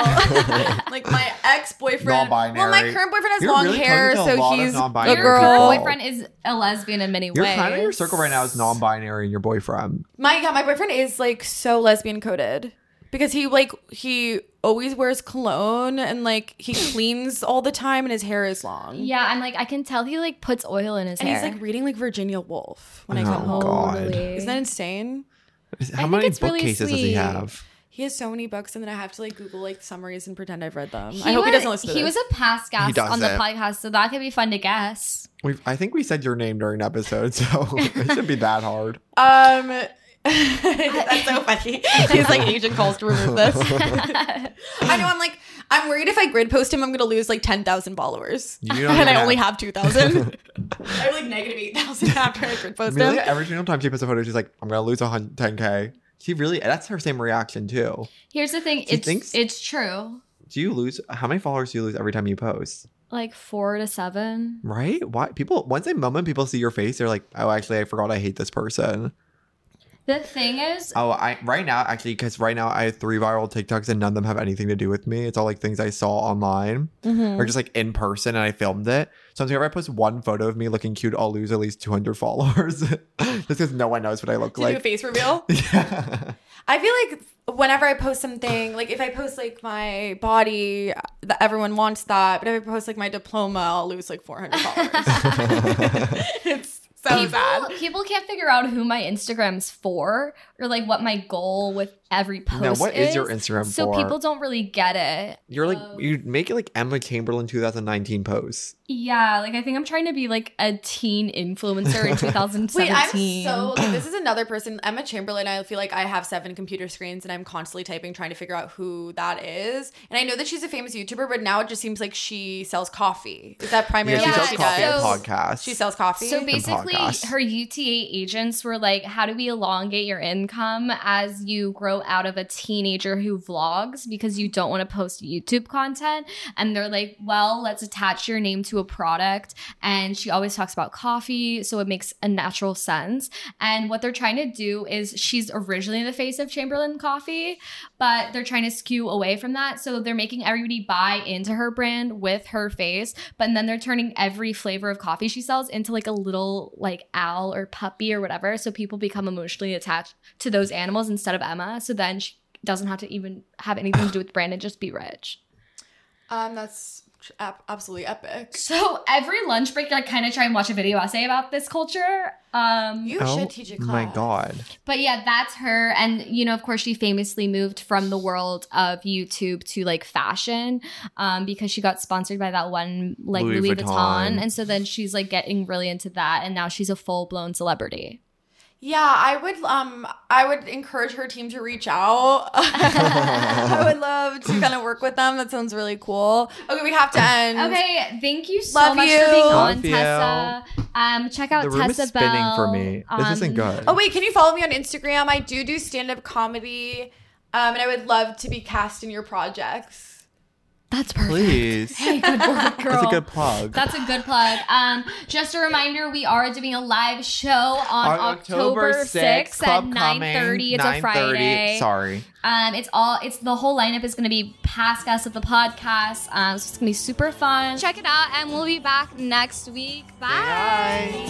S2: (laughs)
S4: like my ex boyfriend.
S2: Non-binary.
S3: Well, my current boyfriend has
S2: You're
S3: long
S2: really
S3: hair,
S2: talking to a
S3: so
S2: lot of
S3: he's
S2: non-binary
S3: a
S2: people.
S3: Oh, girl.
S1: Your boyfriend is a lesbian in many
S2: Your
S1: ways.
S2: kind of your circle right now is non-binary, and your boyfriend.
S3: My god, my boyfriend is like so lesbian coded because he like he always wears cologne and like he cleans all the time and his hair is long.
S1: Yeah, I'm like I can tell he like puts oil in his
S3: and
S1: hair.
S3: he's like reading like Virginia Woolf when I
S2: Oh,
S3: come home.
S2: God.
S3: Isn't that insane?
S2: How
S1: think
S2: many
S1: it's really
S2: bookcases does he
S1: sweet.
S2: have?
S3: He has so many books, and then I have to like Google like summaries and pretend I've read them.
S1: He
S3: I hope he
S1: was-
S3: doesn't listen to
S1: He
S3: this.
S1: was a past guest on the
S2: doesn't.
S1: podcast, so that could be fun to
S3: (laughs)
S1: guess.
S2: We've, I think we said your name during
S1: (laughs)
S2: episode, so it shouldn't be that hard.
S3: um, (laughs)
S4: That's so funny.
S3: he's like agent calls to
S2: (laughs)
S3: remove this.
S1: (laughs)
S3: I know. I'm like, I'm worried if I grid post him, I'm gonna lose like ten thousand followers, (laughs)
S2: You don't
S3: and
S2: even
S3: I only
S2: have-
S3: have two thousand.
S2: (laughs)
S4: I have like negative eight thousand after I could post
S2: Amelia,
S4: him.
S2: every single time she posts a photo, she's like, "I'm gonna lose 110k." She really. That's her same reaction too.
S1: Here's the thing.
S2: She
S1: It's
S2: thinks-
S1: it's true.
S2: Do you lose? How many followers do you lose every time you post?
S1: Like four to seven.
S2: Right? Why people? Once a moment people see your face, they're like, "Oh, actually, I forgot I hate this person."
S1: The thing is,
S2: Oh, I right now actually because right now I have three viral TikToks and none of them have anything to do with me. It's all like things I saw online
S3: Mm-hmm.
S2: or
S3: Mm.
S2: just like in person, and I filmed it. So whenever I post one photo of me looking cute, I'll lose at least 200 followers (laughs) just because no one knows what I look
S3: To do a
S2: like.
S3: face reveal.
S2: (laughs) Yeah.
S3: I feel like whenever I post something, like if I post like my body, that everyone wants that. But if I post like my diploma, I'll lose
S2: (laughs)
S3: like 400 followers. (laughs) it's so
S1: people,
S3: bad.
S1: people can't figure out who my Instagram's for or like what my goal with every post
S2: Now, what is your Instagram
S1: So
S2: for?
S1: people don't really get it.
S2: You're like
S1: Um,
S2: you make it like Emma Chamberlain 2019 posts.
S1: Yeah, like I think I'm trying to be like a teen influencer
S2: (laughs)
S1: in 2017.
S3: Wait, I'm so. okay, this is another person, Emma Chamberlain. I feel like I have seven computer screens and I'm constantly typing, trying to figure out who that is. And I know that she's a famous YouTuber, but now it just seems like she sells coffee. Is that
S2: Yeah,
S3: primarily
S2: she
S1: Yeah,
S2: sells
S3: what she
S2: coffee
S3: does?
S1: so-
S2: and podcasts.
S3: she sells coffee.
S1: So basically,
S2: podcasts.
S1: her UTA agents were like, How do we elongate your income as you grow out of a teenager who vlogs because you don't want to post YouTube content? And they're like, Well, let's attach your name to a product. And she always talks about coffee, so it makes a natural sense. And what they're trying to do is she's originally the face of Chamberlain Coffee, but they're trying to skew away from that. So they're making everybody buy into her brand with her face, but then they're turning every flavor of coffee she sells into like a little like owl or puppy or whatever. So people become emotionally attached to those animals instead of Emma. So then she doesn't have to even have anything to do with brand and just be rich.
S3: um, that's tr- ab- absolutely epic.
S1: So every lunch break, I kind of try and watch a video essay about this culture. Um,
S3: You
S2: Oh
S3: should teach a class.
S2: my god.
S1: But yeah, that's her. And, you know, of course, she famously moved from the world of YouTube to like fashion um, because she got sponsored by that one, like
S2: Louis
S1: Louis, Vuitton.
S2: Vuitton.
S1: And so then she's like getting really into that. And now she's a full blown celebrity.
S3: Yeah, I would um I would encourage her team to reach out. (laughs) I would love to kind of work with them. That sounds really cool. Okay, we have to end.
S1: Okay. Thank you so
S3: Love
S1: much
S3: you.
S1: for being
S2: Love
S1: on,
S2: you.
S1: Tessa. Um, check out
S2: the room
S1: Tessa
S2: is spinning
S1: Bell.
S2: for me. this isn't
S1: Um,
S2: good.
S3: Oh wait, can you follow me on Instagram? I do do stand-up comedy. Um and I would love to be cast in your projects.
S1: That's perfect. (laughs)
S3: (laughs)
S2: please.
S1: Hey, good work, girl.
S2: That's a good plug.
S1: That's a good plug. Um, just a reminder, we are doing a live show on, October 6th at
S2: club
S1: 9.30. It's a
S2: 9:30.
S1: Friday.
S2: Sorry.
S1: Um, it's all it's the whole lineup is going to be past guests of the podcast. Um, so it's going to be super fun. Check it out, and we'll be back next week. Bye.
S2: Bye.